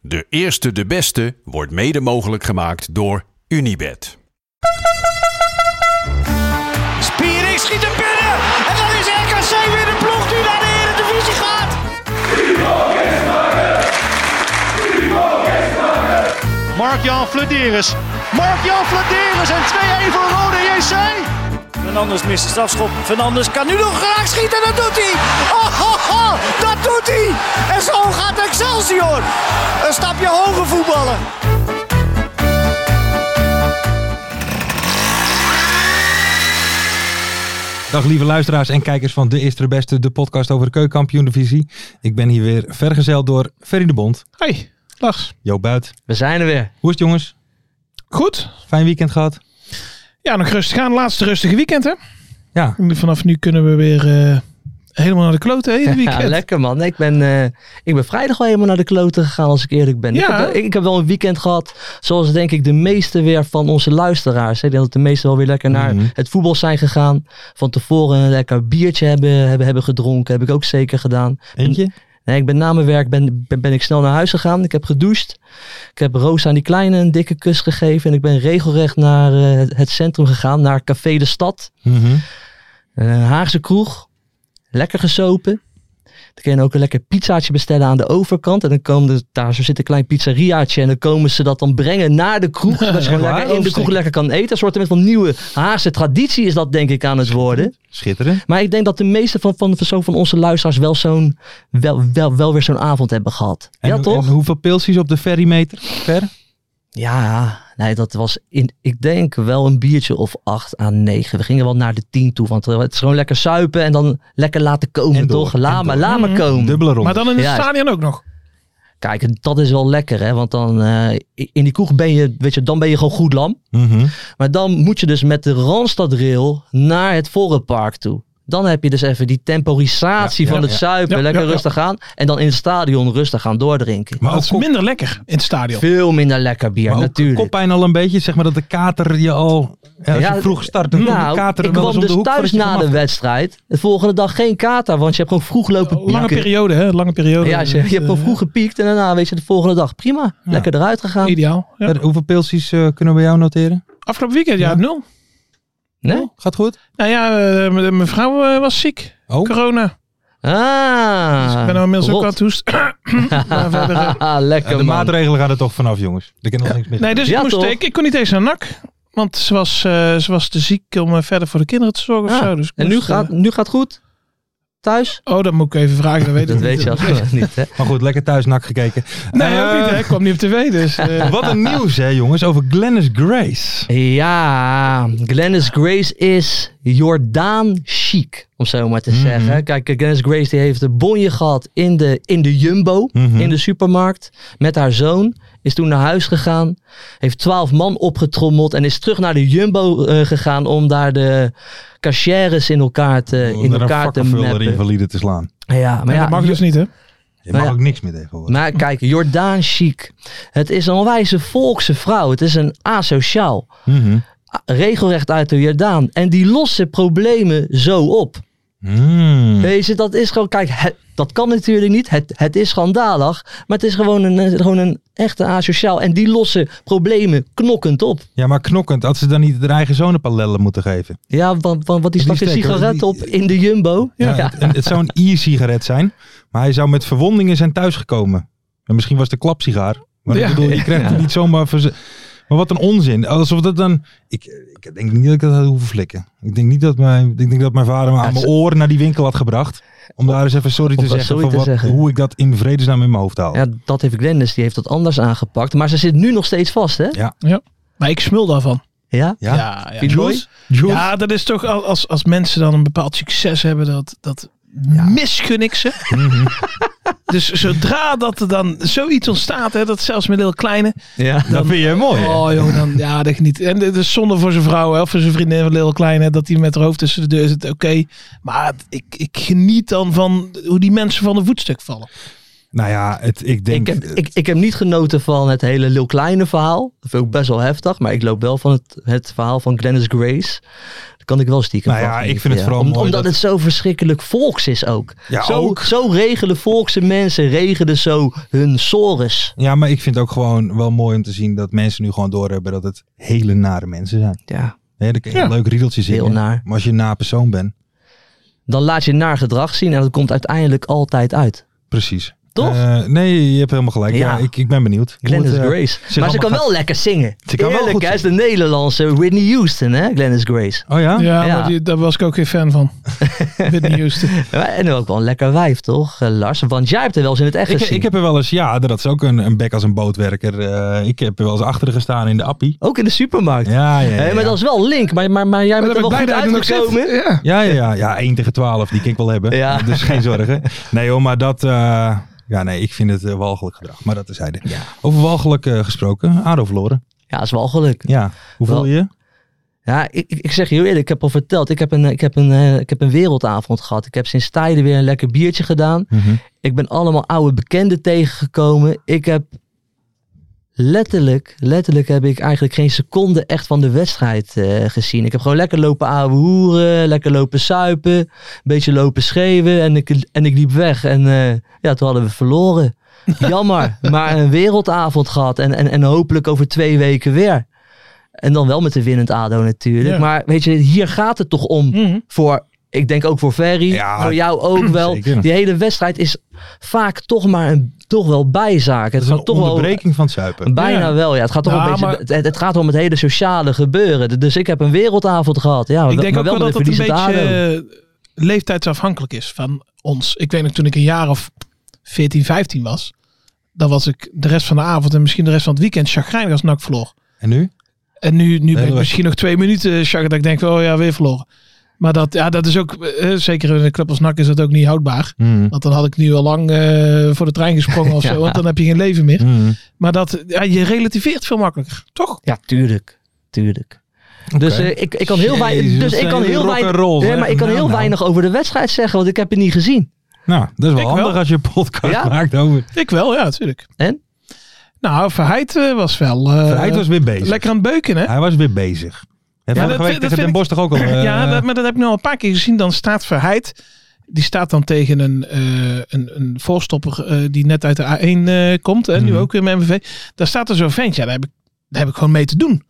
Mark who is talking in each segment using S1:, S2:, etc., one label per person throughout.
S1: De eerste, de beste wordt mede mogelijk gemaakt door Unibed.
S2: Spiering schiet hem binnen. En dan is RKC weer de ploeg die naar de Eredivisie gaat. Mark-Jan Flederis. Mark-Jan Flederis en 2-1 voor Rode JC. Fernandes mist de strafschop. Fernandes kan nu nog graag schieten. Dat doet hij. Oh, oh, oh, dat doet hij. En zo gaat Excelsior. Een stapje hoger voetballen.
S3: Dag lieve luisteraars en kijkers van De Eerste de Beste, de podcast over de keukenkampioen-divisie. Ik ben hier weer vergezeld door Ferry de Bond,
S4: Hoi, Lars.
S3: Joop Buit.
S5: We zijn er weer.
S3: Hoe is het jongens?
S4: Goed.
S3: Fijn weekend gehad?
S4: Ja, nog rustig aan. Laatste rustige weekend, hè?
S3: Ja,
S4: Vanaf nu kunnen we weer eh, helemaal naar de kloten, hè? dit weekend.
S5: Ja, lekker man. Ik ben, eh, ik ben vrijdag wel helemaal naar de kloten gegaan, als ik eerlijk ben. Ik,
S4: Ja.
S5: heb, wel- ik heb wel een weekend gehad, zoals denk ik de meeste weer van onze luisteraars. Ik denk dat de meesten wel weer lekker naar
S3: Mhm.
S5: het voetbal zijn gegaan. Van tevoren een lekker biertje hebben, hebben, hebben gedronken. Heb ik ook zeker gedaan.
S3: eentje?
S5: Nee, ik ben na mijn werk ben, ben, ben ik snel naar huis gegaan. Ik heb gedoucht. Ik heb Roos aan die kleine een dikke kus gegeven. En ik ben regelrecht naar eh, het- het centrum gegaan, naar Café de Stad.
S3: Mhm.
S5: Een eh, Haagse kroeg. Lekker gesopen. Dan kun je ook een lekker pizzaatje bestellen aan de overkant. En dan komen er, daar zo zit een klein pizzeriaatje. En dan komen ze dat dan brengen naar de kroeg. Zodat je gewoon
S3: Waar?
S5: lekker in de kroeg
S3: Oversteken.
S5: lekker kan eten. Een soort van nieuwe Haagse traditie is dat denk ik aan het worden.
S3: Schitterend.
S5: Maar ik denk dat de meeste van, van, van, zo van onze luisteraars wel, zo'n, wel, wel, wel weer zo'n avond hebben gehad.
S3: En,
S5: ja
S3: hoe-
S5: toch?
S3: en hoeveel pilsjes op de ferrymeter? Ver?
S5: Ja, nee, dat was in, ik denk wel een biertje of acht aan negen. We gingen wel naar de tien toe, want eh, het is gewoon lekker suipen en dan lekker laten komen,
S3: En door,
S5: toch? Laat
S3: en
S5: maar,
S3: door.
S5: laat maar
S4: Mhm.
S5: komen.
S3: Dubbele ronde.
S4: Maar dan in het
S5: Ja.
S4: stadion ook nog.
S5: Kijk, dat is wel lekker, hè? Want dan eh, in die kroeg ben je, weet je, dan ben je gewoon goed lam.
S3: Mhm.
S5: Maar dan moet je dus met de Randstadrail naar het Vorenpark toe. Dan heb je dus even die temporisatie
S3: Ja,
S5: van
S3: ja,
S5: het
S3: ja.
S5: zuipen.
S4: Ja,
S5: lekker
S4: ja, ja.
S5: rustig aan. En dan in het stadion rustig aan doordrinken.
S3: Maar
S4: dat
S3: ook
S4: is
S3: kop-
S4: minder lekker in het stadion.
S5: Veel minder lekker bier,
S3: maar ook
S5: natuurlijk.
S3: koppijn al een beetje, zeg maar dat de kater je al... Ja, als je
S5: Ja,
S3: vroeg start, dan komt
S5: Nou,
S3: de kater
S5: ik
S3: wel eens
S5: kwam
S3: om de
S5: dus
S3: hoek
S5: thuis
S3: voordat je
S5: na de
S3: vanaf-
S5: wedstrijd. De volgende dag geen kater, want je hebt gewoon vroeg lopen
S4: Lange
S5: pieken.
S4: periode, hè? Lange periode.
S5: Ja, je, je hebt
S4: Eh,
S5: gewoon vroeg gepiekt en daarna weet je de volgende dag prima.
S3: Ja.
S5: Lekker eruit gegaan.
S4: Ideaal. Ja.
S3: Ver, Hoeveel pilsjes eh, kunnen we bij jou noteren?
S4: Afgelopen weekend, ja,
S3: Ja.
S4: nul.
S5: Nee?
S3: Gaat goed?
S4: Nou ja, eh, m- mijn vrouw eh, was ziek.
S3: Oh,
S4: Corona.
S5: Ah.
S4: Dus ik ben inmiddels ook
S5: rot. Ah,
S4: aan het hoesten. Maar verder, eh,
S3: Ja,
S5: Lekker
S3: de
S5: man.
S3: maatregelen gaan er toch vanaf jongens. Er kan nog niks mis.
S4: Nee, dus
S5: Ja,
S4: ik, moest,
S5: toch?
S4: ik, ik kon niet eens naar NAC. Want ze was, eh, ze was te ziek om eh, verder voor de kinderen te zorgen of
S5: Ja.
S4: zo. Dus ik
S5: Ah, En nu
S4: moest, eh,
S5: gaat, nu gaat het goed? Thuis?
S4: Oh, dat moet ik even vragen. Dat weet
S5: Dat
S4: ik
S5: weet
S4: niet.
S5: je alsnog niet, hè?
S3: Maar goed, lekker thuis nak gekeken.
S4: Nee,
S3: Eh,
S4: ook niet. Hè. Ik kwam niet op tv, dus... eh,
S3: Wat een nieuws, hè, jongens, over Glennis Grace.
S5: Ja, Glennis Grace is Jordaan chic, om zo maar te
S3: Mhm.
S5: zeggen. Kijk, Glennis Grace die heeft een bonje gehad in de, in de Jumbo,
S3: Mhm.
S5: in de supermarkt, met haar zoon. Is toen naar huis gegaan, heeft twaalf man opgetrommeld en is terug naar de Jumbo eh, gegaan om daar de cachères in elkaar te,
S3: Om
S5: in
S3: er
S5: elkaar te
S3: een Oh, vakkenvuller
S5: mappen.
S3: invalide te slaan.
S5: Ja, maar
S4: maar
S5: ja,
S4: dat mag dus niet, hè?
S3: Je
S5: Nou
S3: mag
S5: ja.
S3: ook niks meer tegenwoordig.
S5: Maar kijk, Jordaan chic. Het is een wijze volkse vrouw. Het is een asociaal.
S3: Mhm.
S5: regelrecht uit de Jordaan. En die lossen problemen zo op.
S3: Mm.
S5: Weet je, dat is gewoon, kijk, het- dat kan natuurlijk niet. Het, het is schandalig. Maar het is gewoon een, eh, gewoon een echte asociaal. En die lossen problemen knokkend op.
S3: Ja, maar knokkend. Had ze dan niet haar eigen zoon een paar lellen moeten geven?
S5: Ja, want, want wat die
S3: Die
S5: stak een
S3: stekker,
S5: sigaret
S3: die-
S5: op in de Jumbo.
S3: Ja. En het zou een e-sigaret zijn, maar hij zou met verwondingen zijn thuisgekomen. En misschien was het een klapsigaar. Maar ik
S4: Ja.
S3: bedoel, je krijgt het niet zomaar... verze- Maar wat een onzin. Alsof dat dan... Ik, ik denk niet dat ik dat had hoeven flikken. Ik denk niet dat mijn, ik denk dat mijn vader me
S5: Ja,
S3: aan mijn
S5: ze-
S3: oren naar die winkel had gebracht. Om daar eens even sorry te
S5: om wat
S3: zeggen,
S5: sorry
S3: voor
S5: te
S3: wat,
S5: zeggen.
S3: hoe ik dat in vredesnaam in mijn hoofd haal.
S5: Ja, dat heeft Glennis, die heeft dat anders aangepakt. Maar ze zit nu nog steeds vast, hè?
S4: Maar ik smul daarvan.
S5: Ja?
S3: Ja?
S4: ja.
S5: Vind je het mooi?
S4: Ja, dat is toch al- als, als mensen dan een bepaald succes hebben, dat, dat misgun ik ze.
S5: Mhm.
S4: dus zodra dat er dan zoiets ontstaat, hè, dat zelfs met heel kleine.
S5: Ja.
S3: Dat vind je mooi. hè?
S4: Oh joh, dan ja, dat geniet. En het is zonde voor zijn vrouw hè, of voor zijn vriendin van Lil Kleine dat hij met haar hoofd tussen de deur zit. Oké, maar het- ik, ik geniet dan van hoe die mensen van een voetstuk vallen.
S3: Nou ja, het, ik
S5: Ik
S3: denk...
S5: heb, ik, ik heb niet genoten van het hele Lil Kleine verhaal. Dat vind ik best wel heftig. Maar ik loop wel van het, het verhaal van Glennis Grace. Dat kan ik wel stiekem
S3: Nou ja,
S5: van
S3: ik
S5: genieten,
S3: vind het vooral
S5: Om-
S3: mooi
S5: Omdat
S3: dat-
S5: het zo verschrikkelijk volks is ook.
S3: Ja,
S5: zo,
S3: ook.
S5: zo regelen volkse mensen, regelen zo hun sores.
S3: Ja, maar ik vind het ook gewoon wel mooi om te zien dat mensen nu gewoon doorhebben dat het hele nare mensen zijn.
S5: Ja.
S3: Hè, dan kun je een leuk riedeltje zingen.
S5: Heel naar.
S3: Maar als je een na persoon bent,
S5: Dan laat je naar gedrag zien en dat komt uiteindelijk altijd uit.
S3: precies.
S5: Toch?
S3: Eh, nee, je hebt helemaal gelijk. Ja,
S5: Ja.
S3: ik, ik ben benieuwd. Hoe
S5: Glennis
S3: het, eh,
S5: Grace. Maar ze
S3: allemaal
S5: kan
S3: gaat-
S5: wel lekker zingen.
S3: Ze kan wel
S5: Eerlijk,
S3: goed
S5: hè, is de Nederlandse Whitney Houston, hè, Glennis Grace.
S3: Oh ja?
S4: Ja,
S5: Ja.
S4: Maar die, daar was ik ook geen fan van. Whitney Houston.
S5: Ja, En ook wel een lekker wijf, toch, eh, Lars? Want jij hebt er wel eens in het echt
S3: Ik,
S5: gezien.
S3: ik heb er wel eens, ja, dat is ook een, een bek als een bootwerker. Eh, ik heb er wel eens achter gestaan in de appie.
S5: Ook in de supermarkt.
S3: Ja, ja, ja.
S5: Hé, maar dat is wel link. Maar, maar, maar jij
S4: Maar
S5: bent
S4: daar
S5: er wel
S4: ben ik
S5: goed
S4: blij dat ik nog zit.
S5: uitgekomen.
S4: Ja.
S3: Ja, ja, ja, ja, 1 tegen 12, die kan ik wel hebben.
S5: Ja.
S3: Dus geen zorgen. Nee joh, maar dat... eh, ja, nee, ik vind het eh, walgelijk gedrag. Maar dat is hij. Over walgelijk eh, gesproken, ADO verloren.
S5: Ja, dat is wel geluk.
S3: Ja, hoe voel
S5: Wel-
S3: je je?
S5: Ja, ik, ik ik zeg je heel eerlijk, ik heb al verteld. Ik heb, een, eh, ik, heb een, eh, ik heb een wereldavond gehad. Ik heb sinds tijden weer een lekker biertje gedaan.
S3: Mhm.
S5: Ik ben allemaal oude bekenden tegengekomen. Ik heb letterlijk, letterlijk heb ik eigenlijk geen seconde echt van de wedstrijd eh, gezien. Ik heb gewoon lekker lopen ouwe hoeren, lekker lopen suipen, een beetje lopen schreeuwen en ik, en ik liep weg. En eh, ja, toen hadden we verloren. Jammer, maar een wereldavond gehad en, en, en hopelijk over twee weken weer. En dan wel met de winnend ADO natuurlijk.
S4: Ja.
S5: Maar weet je, hier gaat het toch om
S4: Mhm.
S5: voor, ik denk ook voor Ferry,
S3: Ja,
S5: voor jou ook wel.
S3: zeker.
S5: Die hele wedstrijd is vaak toch maar een, toch wel bijzaak. Het
S3: Dat is een
S5: gaat toch wel
S3: onderbreking van het zuipen.
S5: Bijna
S4: Ja.
S5: wel, ja. Het gaat toch
S4: Ja,
S5: een beetje,
S4: maar-
S5: het, het gaat om het hele sociale gebeuren. D- Dus ik heb een wereldavond gehad. Ja,
S4: Ik denk
S5: maar
S4: ook wel
S5: met
S4: dat het een
S5: verliezend
S4: beetje
S5: ADO.
S4: eh, leeftijdsafhankelijk is van ons. Ik weet nog toen ik een jaar of 14, 15 was. Dan was ik de rest van de avond en misschien de rest van het weekend chagrijnig als NAC verloor.
S3: En nu?
S4: En nu, nu ben ik
S3: weg.
S4: misschien nog twee minuten chagrijnig dat ik denk, oh ja, weer verloren. Maar dat, ja, dat is ook, eh, zeker in een club als NAC is dat ook niet houdbaar.
S3: Mm.
S4: Want dan had ik nu al lang eh, voor de trein gesprongen of
S5: Ja.
S4: zo, want dan heb je geen leven meer.
S3: Mhm.
S4: Maar dat, ja, je relativeert veel makkelijker, toch?
S5: Ja, tuurlijk. Tuurlijk. Dus, eh, ik, ik kan heel weinig,
S3: Jezus,
S5: dus
S3: dat
S5: ik kan
S3: zijn
S5: heel
S3: rock and
S5: weinig,
S3: rolls,
S5: nee,
S3: hè?
S5: maar ik kan
S3: Nou,
S5: heel
S3: nou.
S5: weinig over de wedstrijd zeggen, want ik heb het niet gezien.
S3: Nou, dat is wel
S4: Ik
S3: handig
S4: wel.
S3: als je een podcast
S5: Ja.
S3: maakt over.
S4: Ik wel, ja, natuurlijk.
S5: En?
S4: Nou, Verheid eh, was wel... eh,
S3: hij was weer bezig.
S4: Lekker aan het beuken, hè?
S3: Hij was weer bezig. En
S4: Ja,
S3: vorige week
S4: dat vind- dat
S3: tegen
S4: vind
S3: Den
S4: ik-
S3: Bosch toch ook al. eh,
S4: ja, dat, maar dat heb ik nu al een paar keer gezien. Dan staat Verheid. Die staat dan tegen een, eh, een, een voorstopper eh, die net uit de A1 eh, komt. En nu
S3: Mhm.
S4: ook weer met MVV. Daar staat er zo'n ventje. Ja, daar heb, ik, daar heb ik gewoon mee te doen.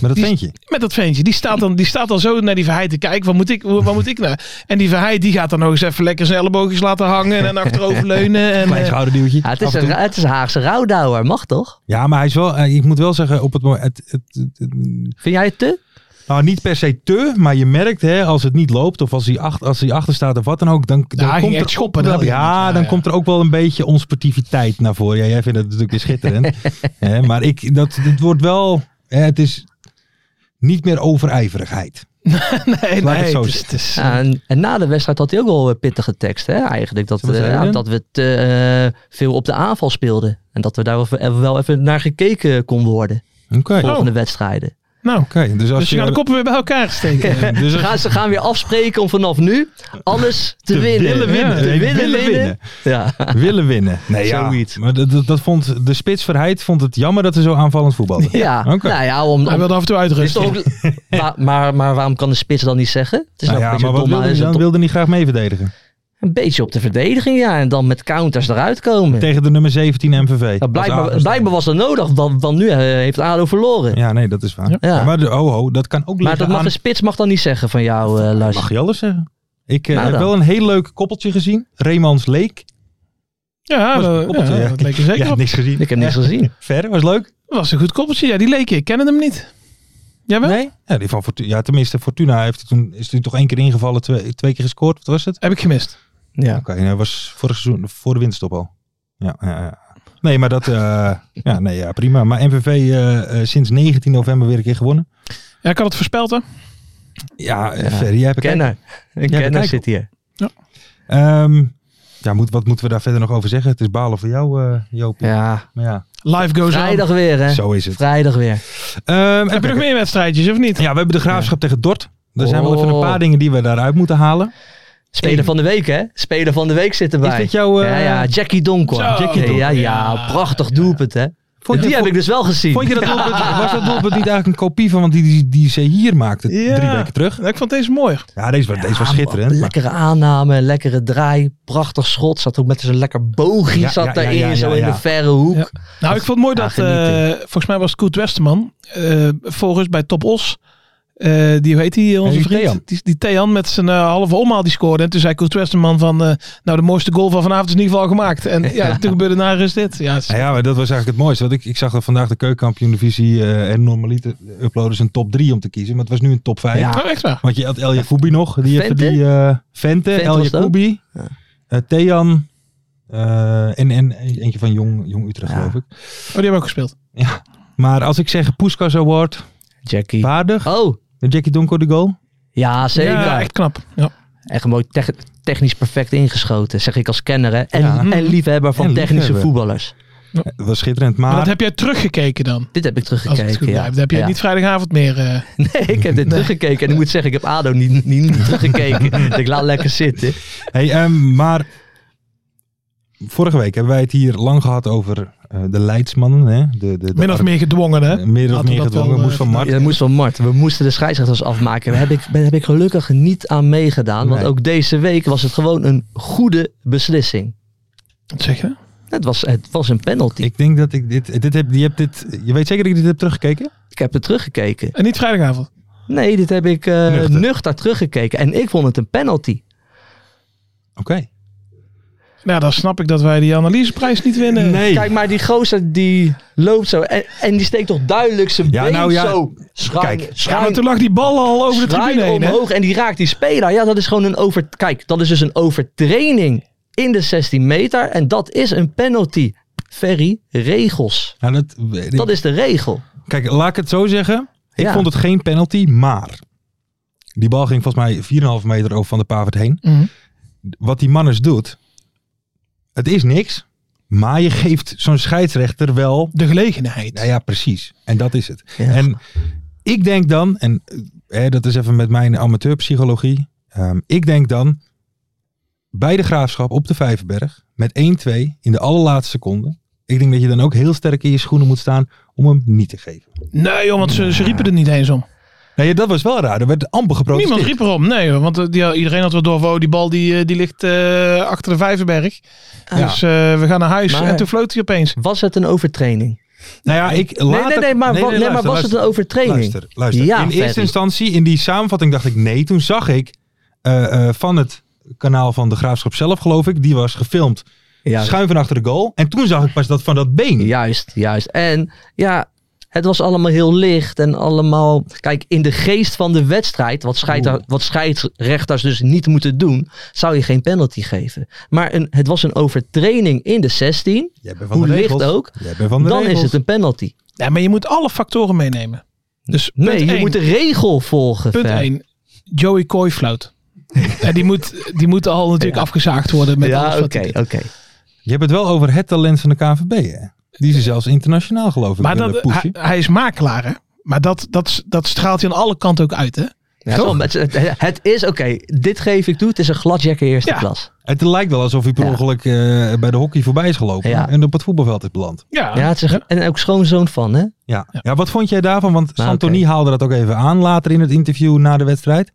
S3: maar dat
S4: die-
S3: vind je.
S4: Met dat ventje. Die staat dan, die staat dan zo naar die Verheid te kijken. Wat moet ik, waar, waar moet ik naar? En die Verheid die gaat dan nog eens even lekker zijn elleboogjes laten hangen. En achteroverleunen. En,
S3: Klein
S4: eh,
S3: schouderduwtje.
S5: Ja, het,
S3: af
S5: is
S3: en
S5: een,
S3: toe.
S5: het is een Haagse rouwdouwer, mag toch?
S3: ja, maar hij is wel, eh, ik moet wel zeggen, op het moment. Het, het, het- het-
S5: Vind jij het te?
S3: nou, niet per se te, maar je merkt hè, als het niet loopt of als hij, ach- als hij achter staat of wat dan ook, dan, dan
S4: hij ging
S3: komt er
S4: echt schoppen,
S3: ook
S4: dat
S3: wel-
S4: heb ik
S3: ja,
S4: niet. Ja,
S3: dan
S4: ja.
S3: komt er ook wel een beetje onsportiviteit naar voren. Ja, jij vindt het natuurlijk weer schitterend. Hè, maar ik, dat, het wordt wel, hè, het is niet meer overijverigheid.
S4: nee,
S3: Laat
S4: nee,
S3: ik het zo
S4: het is-
S3: zeggen.
S4: het is-
S5: Ja, en, en na de wedstrijd had hij ook wel eh, pittige tekst, hè, eigenlijk. Dat,
S3: Zullen we
S5: eh,
S3: het
S5: ja,
S3: even
S5: dat we te eh, veel op de aanval speelden. En dat we daar wel even, eh, wel even naar gekeken kon worden.
S3: Oké, oké.
S5: Volgende wedstrijden.
S4: nou,
S3: dus als
S4: Oh. dus je
S3: je,
S4: gaat de koppen weer bij elkaar steken.
S3: dus als-
S5: Ze gaan, ze gaan weer afspreken om vanaf nu alles te, winnen.
S3: willen
S5: Ja,
S3: winnen.
S5: Te
S3: Nee,
S5: willen,
S3: willen
S5: winnen.
S3: winnen.
S5: Ja.
S3: willen winnen. Nee, ja.
S5: Zoiets.
S3: Maar dat, dat, dat vond de spitsverheid vond het jammer dat ze zo aanvallend voetbalden.
S5: Ja.
S3: Oké.
S5: Nou ja, om,
S4: Hij
S5: om-
S4: wilde af en toe
S5: is
S4: uitrusten.
S5: toch ook, maar, maar, maar waarom kan de spits dan niet zeggen? Het is
S3: Nou
S5: nou
S3: ja,
S5: een,
S3: maar
S5: beetje
S3: wat
S5: dom,
S3: wilde
S5: hij
S3: hij
S5: is
S3: dan?
S5: een, dom-
S3: Wilde hij graag mee verdedigen?
S5: een beetje op de verdediging, ja. En dan met counters eruit komen.
S3: Tegen de nummer 17 MVV.
S5: Ja,
S3: Als
S5: blijkbaar,
S3: aanvaller.
S5: blijkbaar was dat nodig, want, want nu eh, heeft ADO verloren.
S3: Ja, nee, dat is waar. Ja. maar de, oh, oh, dat kan ook
S5: Maar
S3: liggen
S5: dat mag
S3: aan...
S5: de spits mag dan niet zeggen van jou, eh, Lars.
S3: Mag je alles zeggen? Ik eh,
S5: Nou
S3: heb
S5: dan.
S3: wel een heel leuk koppeltje gezien. Reemans Leek.
S4: Ja,
S3: Was een
S4: dat,
S3: koppeltje,
S4: ja,
S3: ja.
S4: dat leek er zeker
S3: Ja,
S4: op.
S3: niks gezien.
S5: Ik heb niks gezien.
S3: Ver, was leuk.
S4: Dat was een goed koppeltje. Ja, die leek ik. Ik kende hem niet. Jij wel?
S3: Nee? Ja, die van Fortuna, ja, tenminste, Fortuna heeft toen, is nu toch één keer ingevallen, twee, twee keer gescoord. Wat was het?
S4: Heb ik gemist.
S5: Ja.
S3: Oké, nou, was vorig seizoen voor de winststop al. Ja, ja, ja. Nee, maar dat... eh, ja, nee, ja, prima. Maar MVV eh, eh, sinds 19 november weer een keer gewonnen.
S4: Ja, ik had het voorspeld hè.
S3: Ja, eh, Ferry, jij hebt een
S5: Kenner. Een
S3: Ja,
S5: kenner
S3: kijk.
S5: zit hier.
S3: Ehm, ja, moet, wat moeten we daar verder nog over zeggen? Het is balen voor jou, eh Joopie.
S5: Ja,
S3: Maar ja,
S4: Live goes
S5: vrijdag weer hè.
S3: zo is het.
S5: Vrijdag weer.
S3: Ehm,
S4: on. Heb je nog meer wedstrijdjes of niet?
S3: Ja, we hebben de graafschap tegen Dort. Er zijn wel even een
S5: Oh.
S3: paar dingen die we daaruit moeten halen.
S5: Speler van de week hè. Speler van de week zit erbij.
S3: Is dit jouw... eh,
S5: Ja, ja, Jackie Donker.
S4: Zo.
S5: Jackie Donker. Ja, ja, prachtig doelpunt hè.
S3: Vond je,
S5: die heb
S3: vond,
S5: ik dus wel gezien.
S3: vond je dat doelpunt, was dat doelpunt niet eigenlijk een kopie van want die, die, die ze hier maakte
S4: Ja.
S3: drie weken terug?
S4: Ik vond deze mooi.
S3: Ja, deze was, deze was
S5: Ja,
S3: schitterend.
S5: man,
S3: maar-
S5: Lekkere aanname, lekkere draai, prachtig schot. Zat ook met zo'n lekker boogje
S3: Ja,
S5: zat
S3: ja, ja,
S5: daarin,
S3: ja, ja,
S5: zo in
S3: ja.
S5: de verre hoek.
S4: Ja. Nou, ik vond het mooi
S5: Ja,
S4: dat,
S5: genieten.
S4: eh, volgens mij was het Koet Westerman, eh volgens bij Top Os, eh, die, hoe heet die, eh,
S3: Ja,
S4: onze
S3: die
S4: vriend?
S3: Thean.
S4: Die, die Thean met zijn eh, halve omhaal die scoorde. En toen zei Koet Westerman van, eh, nou de mooiste goal van vanavond is in ieder geval gemaakt. En ja, toen gebeurde na rust dit. Ja, het is-
S3: Nou ja, maar dat was eigenlijk het mooiste. Want ik, ik zag dat vandaag de keukenkampioen-divisie eh, en normaliter uploaden ze een top 3 om te kiezen. Maar het was nu een top 5.
S5: Ja.
S4: Oh, echt waar.
S3: Want je had El Jacoubi nog. Die heeft
S5: Vente?
S3: die eh, Vente,
S5: Vente
S3: El
S5: was het ook?
S3: Jacoubi,
S5: Ja.
S3: eh, Thean eh, en, en eentje van Jong, Jong Utrecht
S5: Ja.
S3: geloof ik.
S4: Oh, die hebben ook gespeeld.
S3: Maar als ik zeg Puskas Award,
S5: Jackie.
S3: waardig.
S5: Oh,
S3: De Jackie Donko de goal.
S5: ja zeker.
S4: Ja, echt
S5: echt.
S4: knap. Ja.
S5: mooi tech- technisch perfect ingeschoten, zeg ik als kenner hè. En,
S3: Ja.
S5: en liefhebber van
S3: En
S5: technische
S3: liefhebber.
S5: voetballers.
S3: Dat was schitterend.
S4: Maar
S3: Maar,
S4: dat heb jij teruggekeken dan?
S5: Dit heb ik
S4: Als het goed
S5: teruggekeken.
S4: blijft.
S5: Ja.
S4: Dan heb jij
S5: Ja.
S4: niet vrijdagavond meer. eh.
S5: Nee, ik heb dit teruggekeken. En ik moet zeggen, ik heb ADO niet, niet, niet teruggekeken. ik laat lekker zitten.
S3: hey, ehm, maar vorige week hebben wij het hier lang gehad over eh, de Leidsmannen. Hè? De, de, de
S4: min of meer gedwongen, hè?
S3: Eh, Meer of
S4: Laten we
S3: meer
S4: dat
S3: gedwongen.
S4: wel,
S3: Moest
S4: eh,
S3: van Mart.
S5: Ja, dat moest van Mart. We moesten de scheidsrechters afmaken. Daar heb ik, ben, heb ik gelukkig niet aan meegedaan. Want
S3: Nee.
S5: ook deze week was het gewoon een goede beslissing.
S4: Wat zeg je?
S5: Het was, het was een penalty. Ik,
S3: Ik denk dat ik dit, dit heb, je hebt dit, je weet zeker dat ik dit heb teruggekeken?
S5: heb het teruggekeken.
S4: En niet vrijdagavond.
S5: Nee, dit heb ik eh,
S3: Nuchter.
S5: nuchter. teruggekeken. En ik vond het een penalty.
S3: Oké.
S4: Nou, dan snap ik dat wij die analyseprijs niet winnen.
S5: Kijk maar, die gozer die loopt zo. En, en die steekt toch duidelijk zijn
S3: Ja,
S5: been
S3: nou ja.
S5: zo. Schuin,
S3: Kijk.
S4: Ja, maar
S5: schuin,
S4: toen lag die bal al over de
S5: schuin
S4: tribune heen, hè?
S5: omhoog. En die raakt die speler. Ja, dat is gewoon een over... Kijk, dat is dus een overtraining in de 16 meter. En dat is een penalty. Ferry, regels.
S3: Nou, dat,
S5: Dat is de regel.
S3: Kijk, laat ik het zo zeggen. Ik
S5: Ja.
S3: vond het geen penalty, maar die bal ging volgens mij 4,5 meter over van de pavert heen.
S4: Mhm.
S3: Wat die man eens doet, het is niks, maar je geeft zo'n scheidsrechter wel.
S4: De gelegenheid.
S3: Nou ja, precies. En dat is het.
S5: Ja.
S3: En ik denk dan, en eh, hè, dat is even met mijn amateurpsychologie. ehm, ik denk dan bij de graafschap op de Vijverberg met 1-2 in de allerlaatste seconde. Ik denk dat je dan ook heel sterk in je schoenen moet staan om hem niet te geven.
S4: Nee, joh, want ze, ze riepen er niet eens om.
S3: Nee, dat was wel raar. Er werd amper geprotesteerd.
S4: Niemand riep erom. Nee, joh, want eh, die, iedereen had wel door van, oh, die bal die, eh, die ligt eh, achter de Vijverberg.
S3: Ja.
S4: Dus eh, we gaan naar huis.
S5: Ah. Maar-
S4: En toen floot hij opeens.
S5: Was het een overtraining?
S3: Nou ja, ik
S5: Nee,
S3: later...
S5: nee, nee, maar, wa- nee, maar
S3: luister,
S5: was
S3: luister,
S5: het een overtraining?
S3: Luister, luister.
S5: Ja,
S3: in eerste
S5: Ferry.
S3: instantie, in die samenvatting dacht ik nee. Toen zag ik eh, eh, van het kanaal van de Graafschap zelf, geloof ik, die was gefilmd
S5: Ja,
S3: schuin van achter de goal. En toen zag ik pas dat van dat been.
S5: Juist, juist. En ja, het was allemaal heel licht en allemaal... Kijk, in de geest van de wedstrijd, wat, scheids-
S3: Oeh.
S5: wat scheidsrechters dus niet moeten doen, zou je geen penalty geven. Maar een, het was een overtraining in de 16,
S3: Jij bent
S5: hoe
S3: de
S5: licht
S3: regels.
S5: ook,
S3: Jij bent van de
S5: dan
S3: regels.
S5: is het een penalty.
S4: Ja, maar je moet alle factoren meenemen. Dus punt
S5: Nee, je
S4: één.
S5: moet de regel volgen.
S4: Punt
S5: Fer.
S4: 1. Joey Kooi floot. en die moet, die moet al natuurlijk afgezaagd worden met alles
S5: Ja,
S4: wat
S5: oké,
S4: hij
S5: oké.
S4: doet.
S3: Je hebt het wel over het talent van de KNVB, hè? Die ze zelfs internationaal, geloof ik,
S4: Maar
S3: willen
S4: dat,
S5: eh,
S4: hij,
S3: pushen.
S4: hij is makelaar, hè? Maar dat, dat, dat straalt hij aan alle kanten ook uit, hè?
S5: Ja,
S4: Toch?
S5: Tom, het, het- het is oké. Dit geef ik toe. Het is een gladjacker eerste
S4: Ja.
S5: klas.
S3: Het lijkt wel alsof hij per
S5: Ja.
S3: ongeluk eh, bij de hockey voorbij is gelopen.
S5: Ja.
S3: En op het voetbalveld is beland.
S4: Ja,
S5: Ja, het is een- en ook schoonzoon van, hè?
S3: Ja. ja, wat vond jij daarvan? Want
S5: Nou,
S3: Santoni
S5: oké.
S3: haalde dat ook even aan later in het interview na de wedstrijd.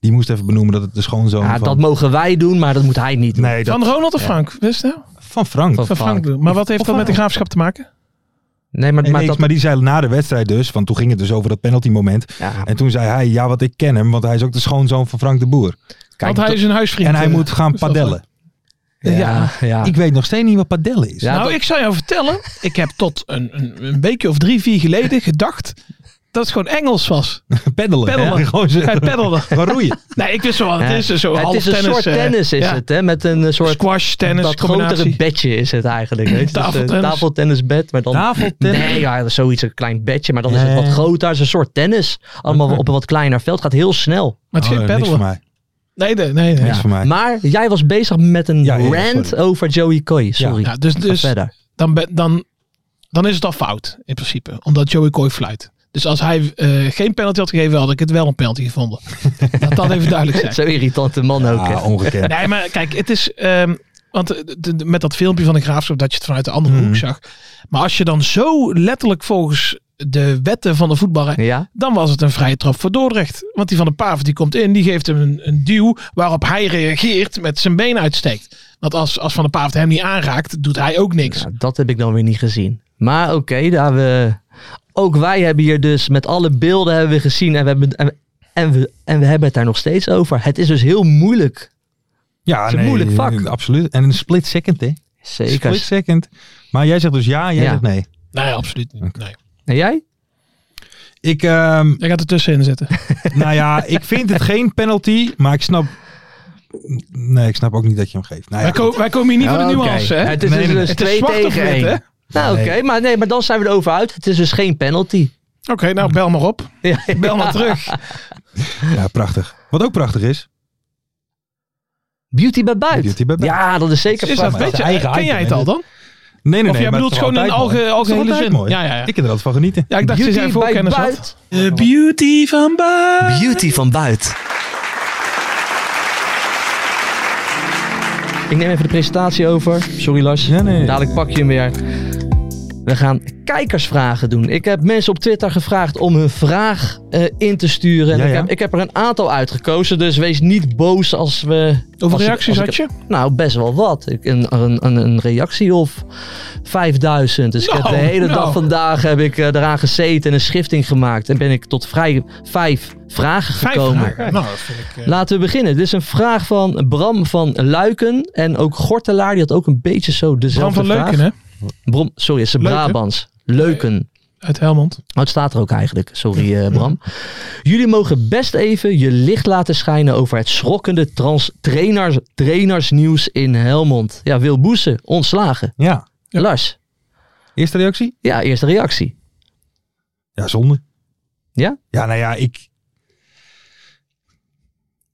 S3: Die moest even benoemen dat het de schoonzoon
S5: Ja,
S3: van...
S5: dat mogen wij doen, maar dat moet hij niet doen.
S3: nee, dat...
S4: Van Ronald of Frank, wist je? nou?
S3: van Frank.
S5: Van-
S4: Van Frank. doen. Maar wat heeft
S3: Of
S4: dat met de
S3: Frank.
S4: graafschap te maken?
S5: Nee, maar,
S3: Nee,
S5: maar
S3: niks,
S5: dat...
S3: maar die zei na de wedstrijd dus, want toen ging het dus over dat penalty moment.
S5: ja,
S3: En toen zei hij, ja, want ik ken hem, want hij is ook de schoonzoon van Frank de Boer.
S5: kijk,
S4: Want hij is een huisvriend.
S3: en hij
S4: eh,
S3: moet gaan
S4: is dat
S3: padellen.
S5: ja, ja, ja.
S3: Ik weet nog steeds niet wat padellen is.
S5: Ja,
S4: nou,
S5: dat-
S4: ik zou jou vertellen, ik heb tot een, een, een weekje of drie, vier geleden gedacht dat het gewoon Engels was.
S3: Paddelen.
S4: Paddelen.
S3: Nou, hè? Gewoon zo-
S4: Hij peddelde.
S3: Waar roeien?
S4: Nee, ik wist wel wat het
S5: Ja.
S4: is. Zo
S5: Ja,
S4: half
S5: het is een
S4: tennis,
S5: soort
S4: eh,
S5: tennis, is
S4: ja.
S5: het, hè? Met een eh, soort
S4: Squash, tennis,
S5: dat grotere
S4: combinatie.
S5: bedje is het eigenlijk. Weet je? Dat, eh,
S4: Tafeltennis.
S5: Tafeltennisbed, maar dan...
S3: Tafeltennis?
S5: Nee, ja, dat is zoiets, een klein bedje, maar dan is het
S3: Nee.
S5: wat groter. Het is een soort tennis. Allemaal
S3: Oké.
S5: op een wat kleiner veld. Gaat heel snel.
S4: Maar het is
S3: Oh,
S4: geen
S3: niks voor
S4: peddelen.
S3: mij.
S4: Nee, nee, nee. nee.
S3: Niks
S4: Ja.
S3: voor mij.
S5: Maar jij was bezig met een
S3: Ja, ja, ja,
S5: rant
S3: sorry.
S5: over Joey Coy. Sorry.
S4: Ja, dus
S5: Ga
S4: dus
S5: verder.
S4: dan, ben- dan, dan is het al fout in principe. Omdat Joey Coy fluit. Dus als hij eh, geen penalty had gegeven, had ik het wel een penalty gevonden. Laat dat even duidelijk zijn.
S5: Zo irritante man ook. hè.
S3: Ah, ongekend.
S4: Nee, maar kijk, het is. ehm, want de- de- de- met dat filmpje van de graafschap dat je het vanuit de andere hoek zag. Maar als je dan zo letterlijk volgens de wetten van de voetballer.
S5: Ja,
S4: Dan was het een vrije trap voor Dordrecht. Want die van de Paaf die komt in, die geeft hem een, een duw waarop hij reageert met zijn been uitsteekt. Want als, als Van de Paaf hem niet aanraakt, doet hij ook niks.
S5: nou, dat heb ik dan weer niet gezien. Maar oké, daar we... Ook wij hebben hier dus met alle beelden hebben we gezien en we hebben, en, en we, en we hebben het daar nog steeds over. Het is dus heel moeilijk.
S3: Ja,
S5: is een
S3: nee,
S5: moeilijk vak.
S3: Absoluut. En een split second, hè?
S5: Zeker.
S3: Split second. Maar jij zegt dus ja, jij
S5: Ja.
S3: zegt nee.
S4: Nee, Nou absoluut niet. Nee.
S5: En jij?
S3: Ik, ehm,
S4: Jij gaat er tussenin zitten.
S3: nou ja, ik vind het geen penalty, maar ik snap... Nee, ik snap ook niet dat je hem geeft. Nou ja,
S4: wij, ko- wij komen hier niet voor de
S5: Oké.
S4: nuance, hè?
S5: Het is
S3: Nee,
S5: dus
S3: nee, nee.
S5: dus
S4: Het is
S5: twee
S4: zwart of
S5: tegen
S4: wit,
S5: één.
S4: hè?
S5: Nou oké,
S3: Nee.
S5: maar, nee, maar dan zijn we erover uit. Het is dus geen penalty.
S4: Oké, nou bel maar op.
S5: Ja.
S4: Bel maar terug.
S3: ja, prachtig. Wat ook prachtig is,
S5: Beauty bij buiten.
S3: Beauty by Buiten.
S5: Ja, dat is zeker
S4: Is
S5: prima.
S4: dat, weet
S3: zijn
S4: je,
S3: eigen
S4: ken
S3: item,
S4: jij het
S3: hè?
S4: al dan?
S3: Nee, nee, nee.
S4: Of
S3: maar
S4: jij bedoelt
S3: het is
S4: gewoon een
S3: altijd mooi.
S4: alge-
S3: Het is
S4: algehele
S3: altijd
S4: zin.
S3: mooi.
S4: Ja, ja, ja.
S3: Ik kan er altijd van genieten.
S4: Ja, ik dacht dat jij
S5: Beauty bij
S4: voorkennis
S5: buiten.
S4: had. De beauty van buiten.
S5: Beauty van buiten. Ik neem even de presentatie over. Sorry Lars.
S3: Ja, nee.
S5: Dadelijk pak je hem weer. We gaan kijkersvragen doen. Ik heb mensen op Twitter gevraagd om hun vraag eh, in te sturen. En
S3: Ja,
S5: ik,
S3: ja.
S5: Heb, ik heb er een aantal uitgekozen, dus wees niet boos als we...
S4: Hoeveel
S5: als ik-
S4: reacties
S5: als ik-
S4: had je?
S5: Nou, best wel wat. Ik, een, een, een, een reactie of 5000. Dus ik heb
S4: Nou,
S5: de hele
S4: nou.
S5: dag vandaag heb ik eh, eraan gezeten en een schifting gemaakt. En ben ik tot vrij vijf vragen
S4: Vijf
S5: gekomen.
S4: vragen. Nou, dat vind ik... eh,
S5: Laten we beginnen. Dit is een vraag van Bram van Luiken. En ook Gortelaar, die had ook een beetje zo
S4: Bram
S5: dezelfde
S4: van
S5: vraag.
S4: Leuken, hè?
S5: Brom- sorry, het is
S4: Leuken?
S5: Brabants. Leuken.
S4: Uit Helmond.
S5: Oh, het staat er ook eigenlijk. Sorry, eh, Bram. Jullie mogen best even je licht laten schijnen over het schrokkende trans trainers, trainersnieuws in Helmond. Ja, Wil Boesen, ontslagen.
S3: Ja.
S5: Lars,
S3: Eerste reactie?
S5: ja, eerste reactie.
S3: Ja, zonde.
S5: Ja?
S3: Ja, nou ja, ik...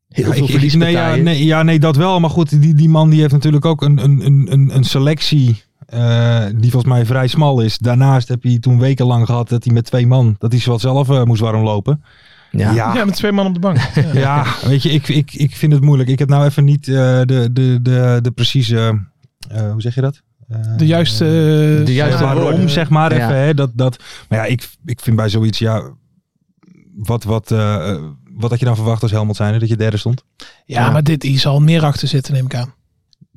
S5: Heel
S3: Ja,
S5: veel
S3: ik- ik- nee,
S5: verliespartijen.
S3: ja, nee, ja, nee, dat wel. Maar goed, die, die man die heeft natuurlijk ook een, een, een, een- een selectie eh, die volgens mij vrij smal is. Daarnaast heb hij toen wekenlang gehad dat hij met twee man, dat hij ze wat zelf eh, moest warm lopen.
S5: Ja.
S3: ja.
S4: Ja, met twee man op de bank. Ja.
S3: Ja, weet je, ik, ik, ik vind het moeilijk. Ik heb nou even niet eh, de, de, de, de precieze, eh, hoe zeg je dat? Eh,
S4: De juiste... eh,
S5: De juiste
S3: ja, waarom,
S5: woorden.
S3: zeg maar.
S5: Ja.
S3: Even, hè, dat, dat, maar ja, ik, ik vind bij zoiets, ja, wat, wat, eh, eh, wat had je dan verwacht als Helmond zijn, dat je derde stond?
S4: Ja, maar dit hier zal meer achter zitten, neem ik aan.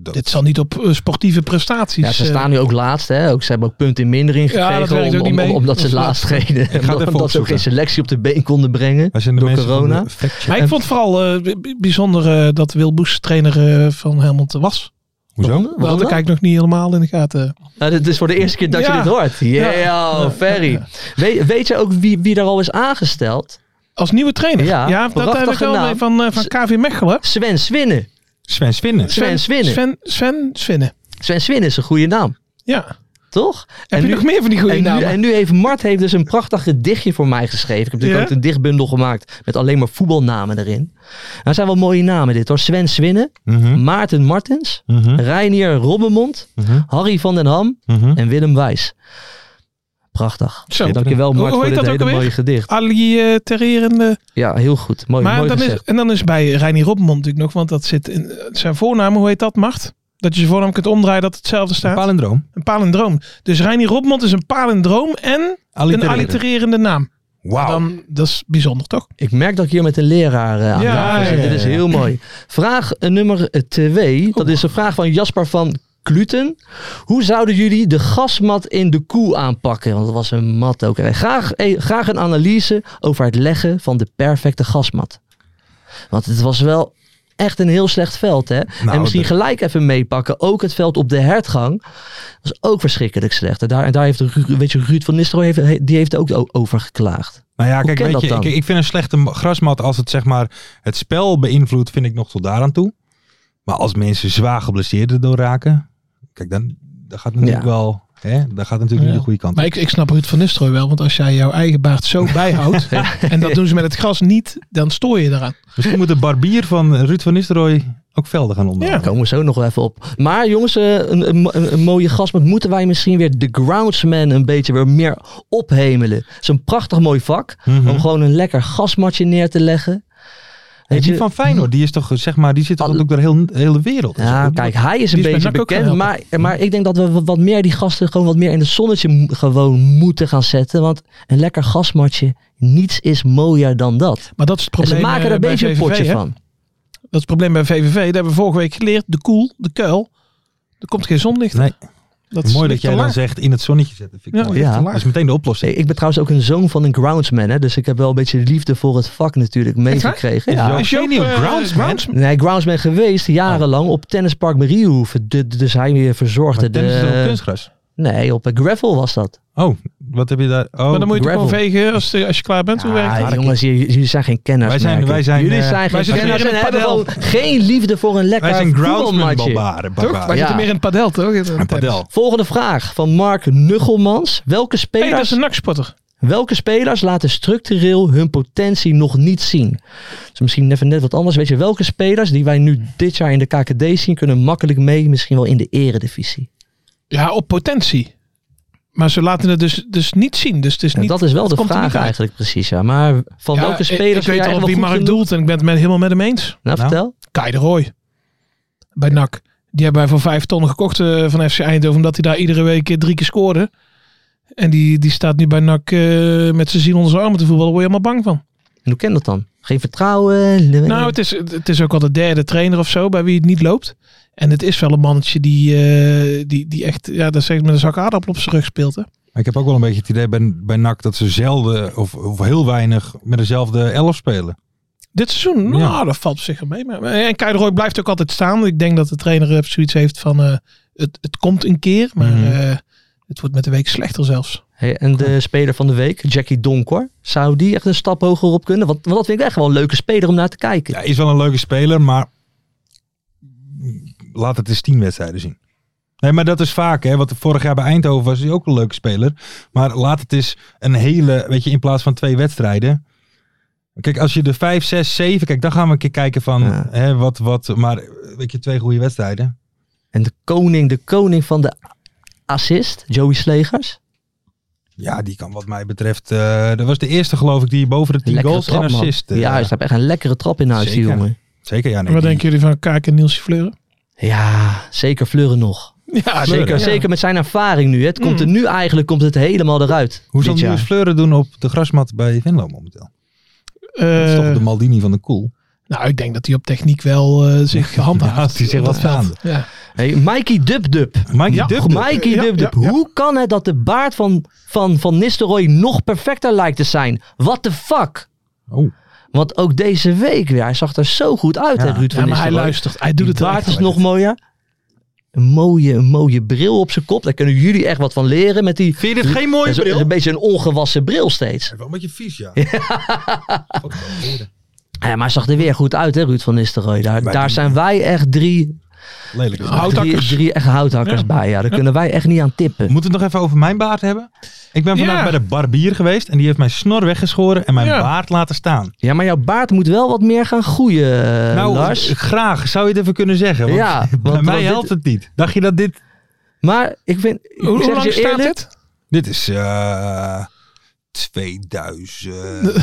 S3: Dat-
S4: Dit zal niet op eh, sportieve prestaties...
S5: Ja, ze
S4: eh,
S5: staan nu ook laatst. Hè? Ook, ze hebben ook punten in mindering
S4: Ja, dat
S5: gekregen.
S4: werkt ook
S5: om-
S4: niet
S5: om-
S4: mee.
S5: omdat
S4: Dat
S5: ze
S4: is
S5: laatst geen,
S3: even
S5: omdat ze ook
S3: opzoeken.
S5: geen selectie op de been konden brengen.
S3: Als je de
S5: Door
S3: mensen van
S5: corona?
S3: de factcheck-
S4: Maar ik vond vooral eh, b- b- bijzonder eh, dat Wil Boes trainer eh, van Helmond was.
S3: Hoezo?
S4: We hadden kijk nog niet helemaal in de gaten.
S5: Nou, dit is voor de eerste keer dat
S4: Ja.
S5: je dit hoort.
S4: Ja.
S5: Yeah, Ferry. Weet, weet je ook wie, wie er al is aangesteld?
S4: Als nieuwe trainer.
S5: Ja,
S4: Ja, dat heb ik
S5: prachtige
S4: wel
S5: naam.
S4: mee van, eh, van KV Mechelen.
S5: Sven Swinnen.
S3: Sven Swinnen.
S5: Sven Swinnen.
S4: Sven, Sven Swinnen.
S5: Sven Swinnen is een goede naam,
S4: Ja. Heb
S5: toch?
S4: je nog meer van die goede
S5: en, nu,
S4: namen?
S5: en nu heeft Mart heeft dus een prachtig gedichtje voor mij geschreven. Ik heb natuurlijk
S4: Ja?
S5: ook een dichtbundel gemaakt met alleen maar voetbalnamen erin. Nou, dat zijn wel mooie namen dit hoor. Sven Swinnen,
S4: Hm?
S3: Mhm,
S5: Maarten Martens,
S3: mhm,
S5: Reinier Robbenmond,
S3: mhm,
S5: Harry van den Ham
S3: mhm.
S5: en Willem Wijs. Prachtig.
S4: Zo.
S5: Dankjewel Mart
S4: Hoe- hoe
S5: voor
S4: heet
S5: dit
S4: dat
S5: hele
S4: ook alweer?
S5: mooie gedicht.
S4: Ali eh Tererende.
S5: Ja, heel goed. Oh, Mooi,
S4: maar
S5: mooi
S4: dan
S5: gezegd.
S4: is, en dan is bij Reinier Robbenmond natuurlijk nog, want dat zit in eh, zijn voornaam, hoe heet dat, Mart? Dat je zijn voornaam kunt omdraaien dat hetzelfde staat.
S3: Palindroom.
S4: een palindroom. Dus Reinier Robbenmond is een palindroom en een
S3: Allitereren.
S4: allitererende naam.
S3: Wauw.
S4: Dan, dat is bijzonder, toch?
S5: Ik merk dat ik hier met een leraar eh, aan
S4: Ja,
S5: tafel
S4: ja,
S5: zit. Dit is
S3: ja.
S5: heel mooi. Vraag eh, nummer 2. Dat is een vraag van Jasper van Kluten. Hoe zouden jullie de gasmat in de koe aanpakken? Want dat was een mat ook. Eh, Graag, eh, graag een analyse over het leggen van de perfecte gasmat. Want het was wel echt een heel slecht veld. Hè?
S4: Nou,
S5: en misschien
S3: dat-
S5: gelijk even meepakken. Ook het veld op de hertgang. was ook verschrikkelijk slecht. En daar, en daar heeft Ru- weet je, Ruud van Nistelrooy heeft, die heeft er ook o- over geklaagd.
S3: Nou ja,
S5: Hoe
S3: kijk,
S5: kan
S3: weet
S5: dat
S3: je,
S5: dan?
S3: ik, ik vind een slechte ma- grasmat als het zeg maar het spel beïnvloedt, vind ik nog tot daaraan toe. Maar als mensen zwaar geblesseerd erdoor raken, kijk, dan, dan gaat het natuurlijk wel Hè? Dat gaat natuurlijk niet
S4: Ja.
S3: de goede kant
S4: Maar
S3: op.
S4: ik, ik snap Ruud van Nistelrooy wel, want als jij jouw eigen baard zo bijhoudt, en dat doen ze met het gras niet, dan stoor je eraan.
S3: Misschien moet de barbier van eh, Ruud van Nistelrooy ook velden gaan
S5: Daar
S3: onderhouden.
S5: komen we zo nog wel even op. Maar jongens, eh, een, een, mo- een, een mooie gast. Maar moeten wij misschien weer de groundsman een beetje weer meer ophemelen? Het is een prachtig mooi vak.
S3: Mhm.
S5: Om gewoon een lekker gasmatje neer te leggen.
S3: Hey,
S5: Weet
S3: die
S5: je-
S3: van Feyenoord, die, is toch, eh, zeg maar, die zit toch
S5: Al-
S3: ook door de heel- hele wereld. en zo.
S5: Ja,
S3: Die
S5: kijk, hij is een
S4: die is bij
S5: beetje
S4: NAC ook
S5: bekend.
S4: gaan
S5: Maar, maar ik denk dat we wat- wat meer die gasten gewoon wat meer in het zonnetje m- gewoon moeten gaan zetten. Want een lekker gasmatje, niets is mooier dan dat.
S4: Maar dat is het
S5: En
S4: probleem.
S5: ze maken er
S4: eh,
S5: een
S4: bij
S5: beetje een
S4: VVV,
S5: potje
S4: hè?
S5: van.
S4: Dat is het probleem bij VVV. Dat hebben we vorige week geleerd. De koel, de kuil. Er komt geen zonlicht.
S3: Nee.
S4: Dat
S3: Mooi dat
S4: ligt te
S3: jij dan
S4: laag.
S3: zegt in het zonnetje zetten. Vind ik
S4: Ja,
S3: mooi.
S5: ligt te
S3: Dat is meteen de oplossing.
S5: Ik ik ben trouwens ook een zoon van een groundsman. Hè, dus ik heb wel een beetje liefde voor het vak natuurlijk meegekregen. Ja.
S3: Joop
S4: Is Joop,
S3: Genius,
S4: eh,
S3: groundsman?
S4: groundsman?
S5: Nee, groundsman geweest jarenlang op Tennispark Meriehoeven. De- de- Dus hij weer verzorgde
S3: Oh. Maar tennis is toch op
S5: de...
S3: kunstgras?
S5: Nee, op eh, gravel was dat.
S3: Oh, wat heb je daar? Oh,
S4: Maar dan moet je toch
S5: gravel.
S4: gewoon vegen als, eh, als je klaar bent. Hoe werkt
S5: Ah,
S4: dat?
S5: jongens, jullie jullie zijn geen kenners.
S3: Wij zijn-
S5: merk ik.
S3: wij zijn,
S5: jullie
S3: eh,
S5: zijn
S4: wij
S5: geen
S4: zijn
S5: kenners
S4: meer
S5: en
S4: in
S5: hebben
S4: padel.
S5: gewoon geen liefde voor een
S3: wij zijn
S5: lekker
S3: groundsman
S5: voetbalmatje.
S3: barbaren.
S4: Toch? Wij
S3: barbaren.
S5: Ja.
S4: zitten meer in het padel, toch?
S3: Een padel.
S5: Volgende vraag van Mark Nuggelmans. Welke
S4: Hey, dat
S5: spelers,
S4: is een naksporter.
S5: welke spelers laten structureel hun potentie nog niet zien? Dus misschien even net wat anders. Weet je, welke spelers die wij nu dit jaar in de KKD zien, kunnen makkelijk mee, misschien wel in de eredivisie?
S4: Ja, op potentie. Maar ze laten het dus, dus niet zien. Dus het is
S5: En
S4: niet,
S5: dat is wel de
S4: komt er
S5: vraag
S4: niet uit.
S5: eigenlijk precies, ja. Maar van
S4: Ja,
S5: welke
S4: ik-
S5: spelers
S4: Ik,
S5: vind jij
S4: weet al
S5: wel
S4: wie
S5: goed
S4: Mark
S5: genoeg?
S4: doelt en ik ben het met, helemaal met hem eens.
S5: Nou,
S3: Nou.
S5: vertel.
S4: Kai de Roy. Bij NAC. Die hebben wij voor vijf ton gekocht eh, van FC Eindhoven. Omdat hij daar iedere week eh, drie keer scoorde. En die, die staat nu bij NAC eh, met zijn ziel onder zijn armen te voetballen. Daar word je helemaal bang van.
S5: En hoe ken dat dan? Geen vertrouwen? eh,
S4: Nou, het is, het is ook wel de derde trainer of zo bij wie het niet loopt. En het is wel een mannetje die, eh, die, die echt ja, dat zegt, met een zak aardappel op zijn rug speelt. Hè?
S3: Maar ik heb ook wel een beetje het idee bij, bij NAC dat ze zelden of, of heel weinig met dezelfde elf spelen.
S4: Dit seizoen, nou,
S3: Ja.
S4: dat valt op zich wel mee. Maar, en Kai de Roy blijft ook altijd staan. Ik denk dat de trainer eh, zoiets heeft van eh, het, het komt een keer. Maar
S3: Mhm.
S4: eh, het wordt met de week slechter zelfs.
S5: Hey, en de speler van de week, Jackie Donkor. Zou die echt een stap hoger op kunnen? Want, want dat vind ik echt wel een leuke speler om naar te kijken.
S3: Ja, is wel een leuke speler, maar laat het eens tien wedstrijden zien. Nee, maar dat is vaak, hè. Wat vorig jaar bij Eindhoven was hij ook een leuke speler. Maar laat het eens een hele, weet je, in plaats van twee wedstrijden. Kijk, als je de vijf, zes, zeven, kijk, dan gaan we een keer kijken van,
S5: Ja.
S3: hè, wat, wat. Maar, weet je, twee goede wedstrijden.
S5: En de koning, de koning van de assist, Joey Slegers.
S3: Ja, die kan wat mij betreft. eh, dat was de eerste geloof ik die boven de 10
S5: Lekkere
S3: goals en
S5: trap, man.
S3: assist. eh,
S5: ja, hij heeft echt een lekkere trap in huis, die
S3: Zeker.
S5: jongen.
S3: Zeker, ja. Nee,
S4: En wat
S3: die-
S4: denken jullie van Kaak en Nielsje Fleuren?
S5: Ja, zeker Fleuren nog.
S4: Ja, Mm.
S3: Fleuren.
S5: Zeker, zeker met zijn ervaring nu. hè. Het komt er nu eigenlijk komt het helemaal eruit.
S3: Hoe zal
S5: dit
S3: Niels
S5: jaar.
S3: Fleuren doen op de grasmat bij Venlo momenteel? Dat is toch de Maldini van de Koel.
S4: Eh, Nou, ik denk dat hij op techniek wel eh, zich handhaaft.
S3: Ja, die zich wat
S4: Op dat veld.
S3: gaande.
S4: Ja.
S5: Hey, Mikey Dub Dub.
S3: Mike
S4: Ja,
S3: Dub.
S5: Och, Mikey
S4: Ja,
S5: Dub Dub.
S4: ja, ja.
S5: Hoe kan het dat de baard van, van, van Nistelrooy nog perfecter lijkt te zijn? What the fuck?
S3: Oh.
S5: Want ook deze week weer, hij zag er zo goed uit,
S3: Ja.
S5: hè, Ruud
S4: Ja,
S5: van
S4: maar hij
S5: Nistelrooy.
S4: luistert. Hij doet
S5: Die
S4: het wel
S5: baard
S4: echt.
S5: is nog mooier. Een mooie, een mooie bril op zijn kop. Daar kunnen jullie echt wat van leren met die...
S3: Vind je dit geen mooie
S5: Dat is-
S3: bril?
S5: is een beetje een ongewassen bril steeds.
S3: Wel een beetje vies, ja.
S5: Ja, maar hij zag er weer goed uit, hè, Ruud van Nistelrooy. Daar,
S3: Maar
S5: daar
S3: die-
S5: zijn wij echt drie,
S3: Lelijk. is dat.
S4: Hout-
S5: drie,
S4: Houthakkers.
S5: drie echt houthakkers
S4: Ja.
S5: bij. Ja, daar kunnen wij echt niet aan tippen.
S3: Moeten we het nog even over mijn baard hebben? Ik ben vandaag
S4: Ja.
S3: bij de barbier geweest en die heeft mijn snor weggeschoren en mijn
S4: Ja.
S3: baard laten staan.
S5: Ja, maar jouw baard moet wel wat meer gaan groeien, eh,
S3: nou,
S5: Lars.
S3: eh, graag. Zou je het even kunnen zeggen? Want
S5: Ja,
S3: bij mij
S5: want- want dit-
S3: helpt het niet. Dacht je dat dit...
S5: Maar ik vind... ik
S4: Hoe,
S5: zeg
S4: hoe
S5: het je
S4: lang staat
S5: eerlijk,
S4: dit?
S3: Dit is... eh 2000...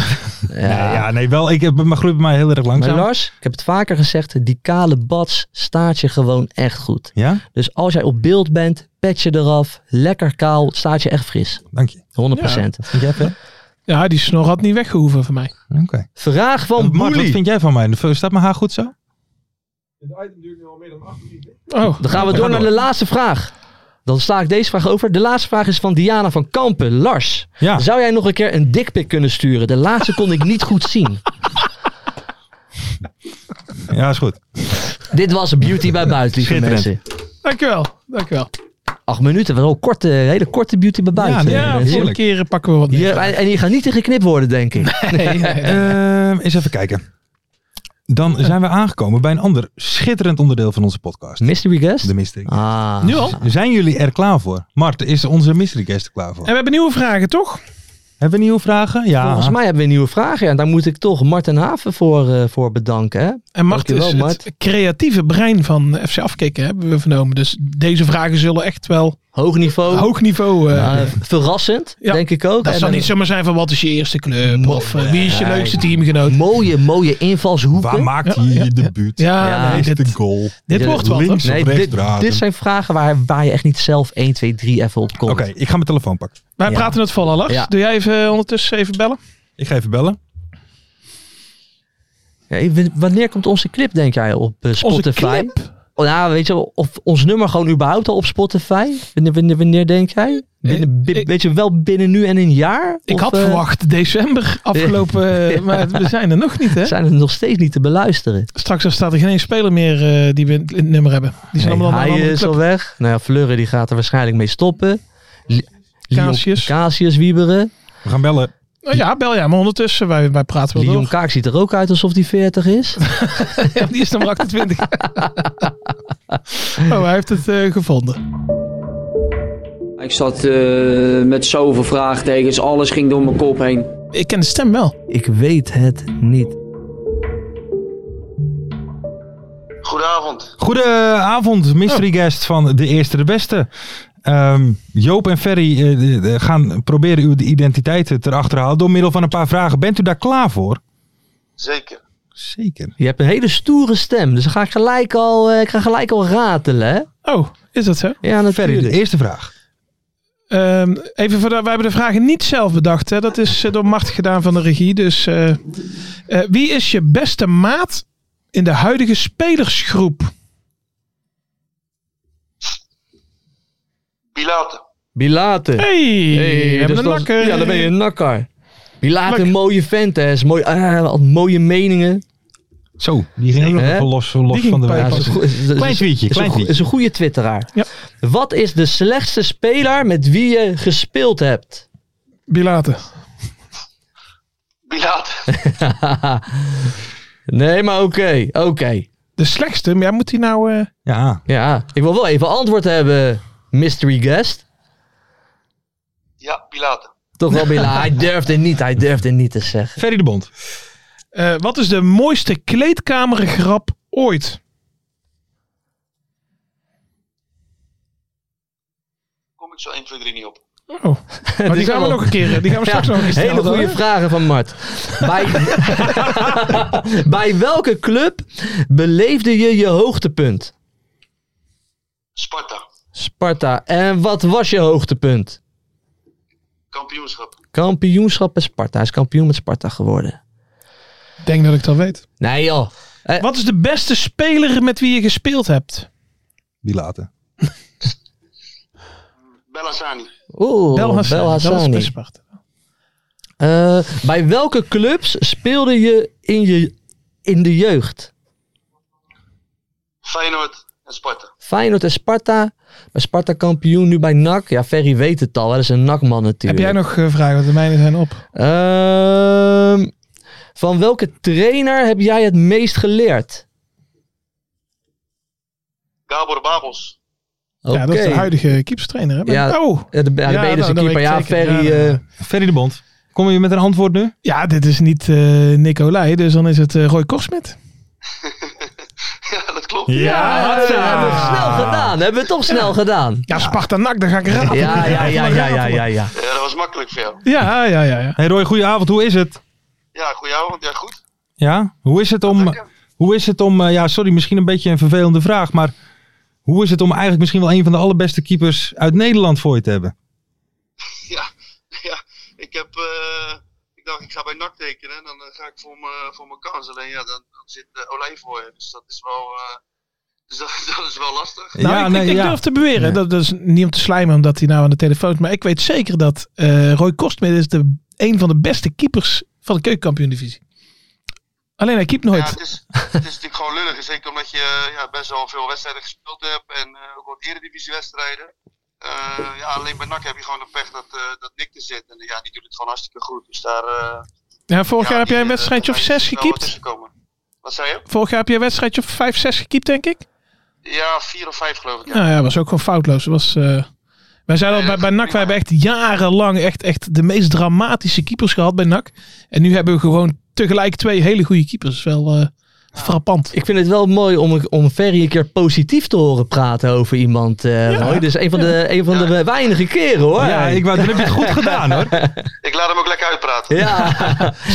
S5: Ja.
S3: Nee, ja, nee, wel. Ik, heb- mijn groeit bij mij heel erg
S5: Maar
S3: langzaam.
S5: Lars, ik heb het vaker gezegd, die kale bats staat je gewoon echt goed.
S3: Ja,
S5: Dus als jij op beeld bent, pet je eraf, lekker kaal, staat je echt fris. 100%.
S3: dank je. Vind jij van?
S4: Ja, die snor had niet weggehoeven van mij.
S3: Oké.
S5: Vraag van
S3: Eh, Mark, wat
S5: Boelie.
S3: vind jij van mij? Staat mijn haar goed zo?
S4: Oh,
S5: Dan gaan we door naar de laatste vraag. Dan sla ik deze vraag over. De laatste vraag is van Diana van Kampen. Lars,
S3: Ja.
S5: zou jij nog een keer een dikpik kunnen sturen? De laatste kon ik niet goed zien.
S3: Ja, is goed.
S5: Dit was Beauty bij Buiten, lieve
S3: Schitterend.
S5: mensen.
S4: dankjewel. Dankjewel.
S5: Acht minuten, wel korte, hele korte Beauty bij Buiten.
S3: Ja,
S4: Ja,
S5: mensen.
S4: volgende
S3: heerlijk.
S4: keer pakken we wat meer.
S5: Hier- en, en hier gaat niet in geknipt worden, denk ik.
S4: Nee, nee, nee.
S3: Ehm, eens even kijken. Dan zijn we aangekomen bij een ander schitterend onderdeel van onze podcast.
S5: Mystery guest?
S3: De mystery. guest.
S5: Ah.
S4: Nu al?
S3: Zijn jullie er klaar voor? Mart, is onze mystery guest er klaar voor?
S4: En we hebben nieuwe vragen, toch?
S3: Hebben we nieuwe vragen? Ja.
S5: Volgens mij hebben we nieuwe vragen. En daar moet ik toch Marten Haven voor, eh, voor bedanken. Hè?
S4: En Mart is
S5: Dankjewel, Mart.
S4: het creatieve brein van FC Afkikken, hebben we vernomen. Dus deze vragen zullen echt wel
S5: Hoog niveau.
S4: hoog niveau... eh,
S5: Ja, verrassend,
S4: Ja.
S5: denk ik ook.
S4: dat
S5: En
S4: zal
S5: een
S4: niet zomaar zijn van wat is je eerste club of eh, wie is je leukste teamgenoot.
S5: Mooie, mooie invalshoeken.
S3: Waar maakt hij
S4: Ja,
S3: je debuut?
S4: Ja,
S5: Ja,
S4: nee,
S3: Hij is
S4: dit,
S3: de goal.
S4: dit wordt wat. hoor.
S3: links-
S5: Nee,
S3: op rechts
S5: dit,
S3: draden.
S5: dit zijn vragen waar, waar je echt niet zelf 1, 2, 3 even op komt.
S3: Oké, ik ga mijn telefoon pakken.
S4: Wij
S5: Ja.
S4: praten het vol, Lars.
S5: Ja.
S4: Doe jij even eh, ondertussen even bellen?
S3: Ik ga even bellen.
S5: Ja, ik weet- wanneer komt onze clip, denk jij, op eh, Spotify?
S4: clip?
S5: Oh, nou, weet je, wel, of ons nummer gewoon überhaupt al op Spotify? Wanneer, wanneer, wanneer denk jij? Binnen- bi-
S4: ik-
S5: weet je, wel binnen nu en een jaar?
S4: Ik
S5: Of,
S4: had
S5: eh,
S4: verwacht december afgelopen, eh, maar we zijn er nog niet hè.
S5: Zijn er nog steeds niet te beluisteren?
S4: Straks er staat er geen één speler meer eh, die we in het nummer hebben. Die zijn
S5: Nee,
S4: allemaal aan een
S5: hij
S4: andere
S5: is
S4: club.
S5: al weg. Nou ja, Fleuren die gaat er waarschijnlijk mee stoppen. Li- Leon-
S4: Casius.
S5: Casius Wieberen.
S3: We gaan bellen.
S4: Nou ja, bel ja, maar ondertussen, wij, wij praten wel
S5: Leon
S4: door.
S5: Kaak ziet er ook uit alsof hij 40 is.
S4: Ja, die is nummer 28. oh, hij heeft het eh, gevonden.
S6: Ik zat eh, met zoveel vraagtekens, alles ging door mijn kop heen.
S4: Ik ken de stem wel.
S5: Ik weet het niet.
S7: Goedenavond.
S3: Goedenavond, mystery guest van De Eerste de Beste. Ehm, Joop en Ferry eh, de- de- gaan proberen uw identiteiten te achterhalen door middel van een paar vragen. Bent u daar klaar voor?
S7: Zeker.
S3: Zeker.
S5: Je hebt een hele stoere stem, dus dan ga ik gelijk al, eh, ik ga gelijk al ratelen. hè?
S4: Oh, is dat zo?
S5: Ja,
S3: Ferry, de
S5: natuurlijk.
S3: eerste vraag.
S4: Ehm, even voor de, wij hebben de vragen niet zelf bedacht. Hè. Dat is eh, door Mart gedaan van de regie. Dus eh, eh, wie is je beste maat in de huidige spelersgroep?
S7: Pilaten.
S5: Bilate.
S4: Hey, we hebben
S5: dus
S4: een
S5: dat-
S4: nakker.
S5: Ja, dan ben je een nakker. Bilate,
S4: Nakker.
S5: een mooie vent, hè. Is mooi, ah, wat mooie meningen.
S3: Zo, die ging ook nog
S5: Hè?
S3: even los, los
S4: ging
S3: van de
S4: bij-
S5: Ja,
S3: weg.
S5: is een goe- is- is-
S3: Klein tweetje,
S5: is
S3: klein
S5: een goe-
S3: tweetje.
S5: Is een goede twitteraar.
S4: Ja.
S5: Wat is de slechtste speler met wie je gespeeld hebt?
S4: Bilaten.
S7: Pilaten.
S5: nee, maar oké, oké.
S4: De slechtste, maar ja, moet hij nou... eh,
S3: Ja,
S5: Ja, ik wil wel even antwoord hebben, mystery guest.
S7: Ja, Pilaten.
S5: Toch wel, Bila. hij durfde niet, hij durfde niet te zeggen.
S3: Ferry de Bond.
S4: eh, wat is de mooiste kleedkamergrap ooit?
S7: Kom ik zo 1, 2, 3 niet op.
S4: Oh, maar die gaan we
S5: wel-
S4: nog een keer... eh, Die gaan we straks nog een keer stellen.
S5: hele goede
S4: hoor.
S5: vragen van Mart. Bij, bij welke club beleefde je je hoogtepunt?
S7: Sparta.
S5: Sparta. En wat was je hoogtepunt?
S7: Kampioenschap.
S5: Kampioenschap bij Sparta. Hij is kampioen met Sparta geworden.
S4: Ik denk dat ik dat weet.
S5: Nee joh. Eh,
S4: Wat is de beste speler met wie je gespeeld hebt?
S3: Die laten.
S7: Bellassani.
S5: Oeh,
S4: Hassani.
S5: Bel Hassani.
S4: Bel is best apart.
S5: Eh, bij welke clubs speelde je in, je in de jeugd?
S7: Feyenoord en Sparta.
S5: Feyenoord en Sparta. Bij Sparta kampioen, nu bij NAC. Ja, Ferry weet het al. hè. Dat is een NAC-man
S4: Heb
S5: natuurlijk.
S4: jij nog eh, vragen? Want de mijne zijn op.
S5: Ehm, van welke trainer heb jij het meest geleerd?
S7: Gabor Babels.
S4: Ja, dat is de
S5: Oké.
S4: huidige keepstrainer. Hè? Ben-
S5: Ja.
S4: Oh,
S5: Ja, de, ja, de
S4: Ja,
S5: Belense
S4: nou, dat
S5: keeper.
S4: weet ik
S5: Ja,
S4: zeker.
S5: Ferry.
S4: Ja,
S5: eh,
S3: Ferry de Bond. Kom je met een antwoord nu?
S4: ja, dit is niet eh Nicolai, dus dan is het eh, Roy Korsmit.
S7: ja, dat klopt.
S5: ja, dat hebben we snel gedaan. Hebben we toch snel gedaan.
S4: Ja, Sparta NAC, daar ga ik raden.
S5: Ja, ja, ja, ja, ja, ja, ja.
S7: Ja, dat was makkelijk voor jou.
S4: Ja, ja, ja. ja.
S3: Hey Roy, goedenavond. Hoe is het?
S7: Ja, goedenavond. Ja, goed.
S3: Ja, hoe is het om...
S7: Lekker.
S3: Hoe is het om, eh, ja, sorry, misschien een beetje een vervelende vraag, maar hoe is het om eigenlijk misschien wel een van de allerbeste keepers uit Nederland voor je te hebben?
S7: Ja, ja. Ik heb... eh, ik dacht, ik ga bij NAC tekenen. En dan eh, ga ik voor mijn voor mijn kans. Alleen ja, dan, dan zit eh, Olij voor je. Dus dat is wel... eh, dus dat, dat is wel lastig.
S4: Nou, ik, ik- ik durf te beweren, dat, dat is niet om te slijmen omdat hij nou aan de telefoon is, maar ik weet zeker dat eh, Roy Korsmit is de, een van de beste keepers van de keukenkampioen-divisie. Alleen hij keept
S7: Ja,
S4: nooit.
S7: het is, het is natuurlijk gewoon lullig. Zeker omdat je eh, ja, best wel veel wedstrijden gespeeld hebt. En eh, ook wat eredivisiewedstrijden. Eh ja, alleen bij NAC heb je gewoon de pech dat, eh, dat Nick er zit. En eh, ja, die doet het gewoon hartstikke goed. Dus daar... eh,
S4: Ja, vorig
S7: ja,
S4: jaar heb
S7: die,
S4: jij een
S7: eh,
S4: wedstrijdje of
S7: daar
S4: zes
S7: is wel wat
S4: gekiept.
S7: tussengekomen. Wat zei je?
S4: Vorig jaar heb je een wedstrijdje of 5, 6 gekiept, denk ik.
S7: Ja, vier of vijf geloof ik. Ja.
S4: Nou ja, was ook gewoon foutloos. Het Was, eh, wij zijn al
S7: Nee,
S4: bij,
S7: dat
S4: bij
S7: is
S4: NAC, wij
S7: prima.
S4: hebben echt jarenlang echt, echt de meest dramatische keepers gehad bij NAC. En nu hebben we gewoon tegelijk twee hele goede keepers. Dat is Wel eh, frappant.
S5: Ik vind het wel mooi om, om Ferry een keer positief te horen praten over iemand. eh Roy. Dus een van, de, een van de weinige keren hoor.
S3: Ja, ik wou, dan heb je het goed gedaan hoor.
S7: Ik laat hem ook lekker uitpraten.
S5: Ja.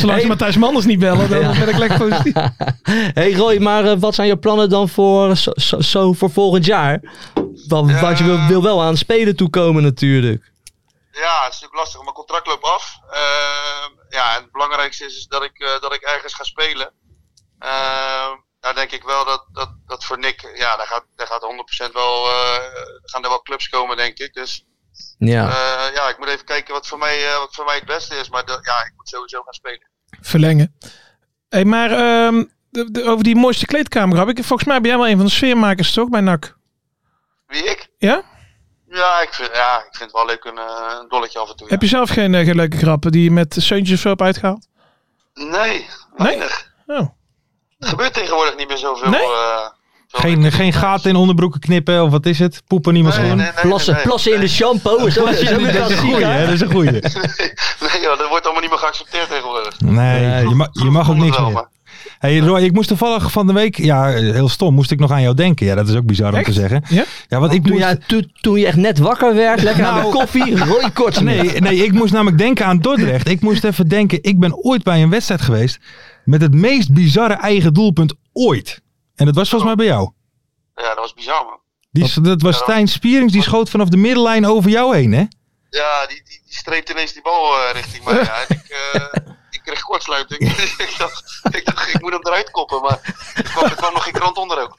S4: Zolang ze
S5: Hey.
S4: Matthijs Manders niet bellen, dan
S5: Ja.
S4: ben ik lekker positief.
S5: hey Roy, maar eh, wat zijn je plannen dan voor, zo, zo- zo voor volgend jaar? Want,
S7: Ja.
S5: want je wil, wil wel aan spelen toekomen natuurlijk.
S7: Ja, het is natuurlijk lastig. Mijn contract loopt af. Ehm, ja, en het belangrijkste is, is dat, ik, eh, dat ik ergens ga spelen. Ehm nou denk ik wel dat, dat, dat voor Nick, ja, daar gaat, daar gaat 100% wel, eh, gaan er wel clubs komen, denk ik. Dus
S5: Ja.
S7: eh, ja, ik moet even kijken wat voor mij, eh, wat voor mij het beste is. Maar dat- ja, ik moet sowieso gaan spelen.
S4: Verlengen. Hey, maar ehm, de- de- over die mooiste kleedkamer heb ik. Volgens mij ben jij wel een van de sfeermakers toch bij NAC?
S7: Wie ik?
S4: Ja?
S7: Ja, ik vind, ja, ik vind het wel leuk een, eh, een dolletje af en toe. ja.
S4: Heb je zelf geen, eh, geen leuke grappen die je met Seuntjes of zo hebt uitgehaald?
S7: Nee, weinig.
S4: Oh.
S7: Het gebeurt tegenwoordig niet meer zoveel.
S4: Nee?
S7: eh, veel-
S3: Geen, geen gaten in onderbroeken knippen of wat is het? Poepen niemand
S7: Nee,
S3: schoon.
S7: nee, nee,
S5: Plassen,
S7: nee, nee.
S5: plassen in de shampoo is ook, is ook een
S3: Dat is een
S5: klassieker.
S3: goeie, hè? Dat is een goeie.
S7: Nee, joh, dat wordt allemaal niet meer geaccepteerd tegenwoordig.
S3: Nee, je mag, je mag ook
S7: Vroeger
S3: niks
S7: wel,
S3: meer.
S7: maar-
S3: Hey Roy, ik moest toevallig van de week, ja, heel stom, moest ik nog aan jou denken. Ja, dat is ook bizar om
S4: Echt?
S3: te zeggen.
S4: Ja?
S3: Ja, want ik
S5: Toen,
S3: moest,
S5: jij- to- toen je echt net wakker werd, lekker aan de koffie, Roy Kortsmit.
S3: nee, nee, ik moest namelijk denken aan Dordrecht. Ik moest even denken, ik ben ooit bij een wedstrijd geweest met het meest bizarre eigen doelpunt ooit. En dat was volgens mij bij jou.
S7: Ja, dat was bizar, man.
S3: Die, s- dat was Stijn Spierings, die schoot vanaf de middenlijn over jou heen, hè?
S7: Ja, die, die, die streept ineens die bal eh, richting mij. Ja, en ik, eh, ik kreeg kortsluiting. ik, dacht, ik dacht, ik moet hem eruit koppen, maar er kwam, er kwam nog geen krant onder ook.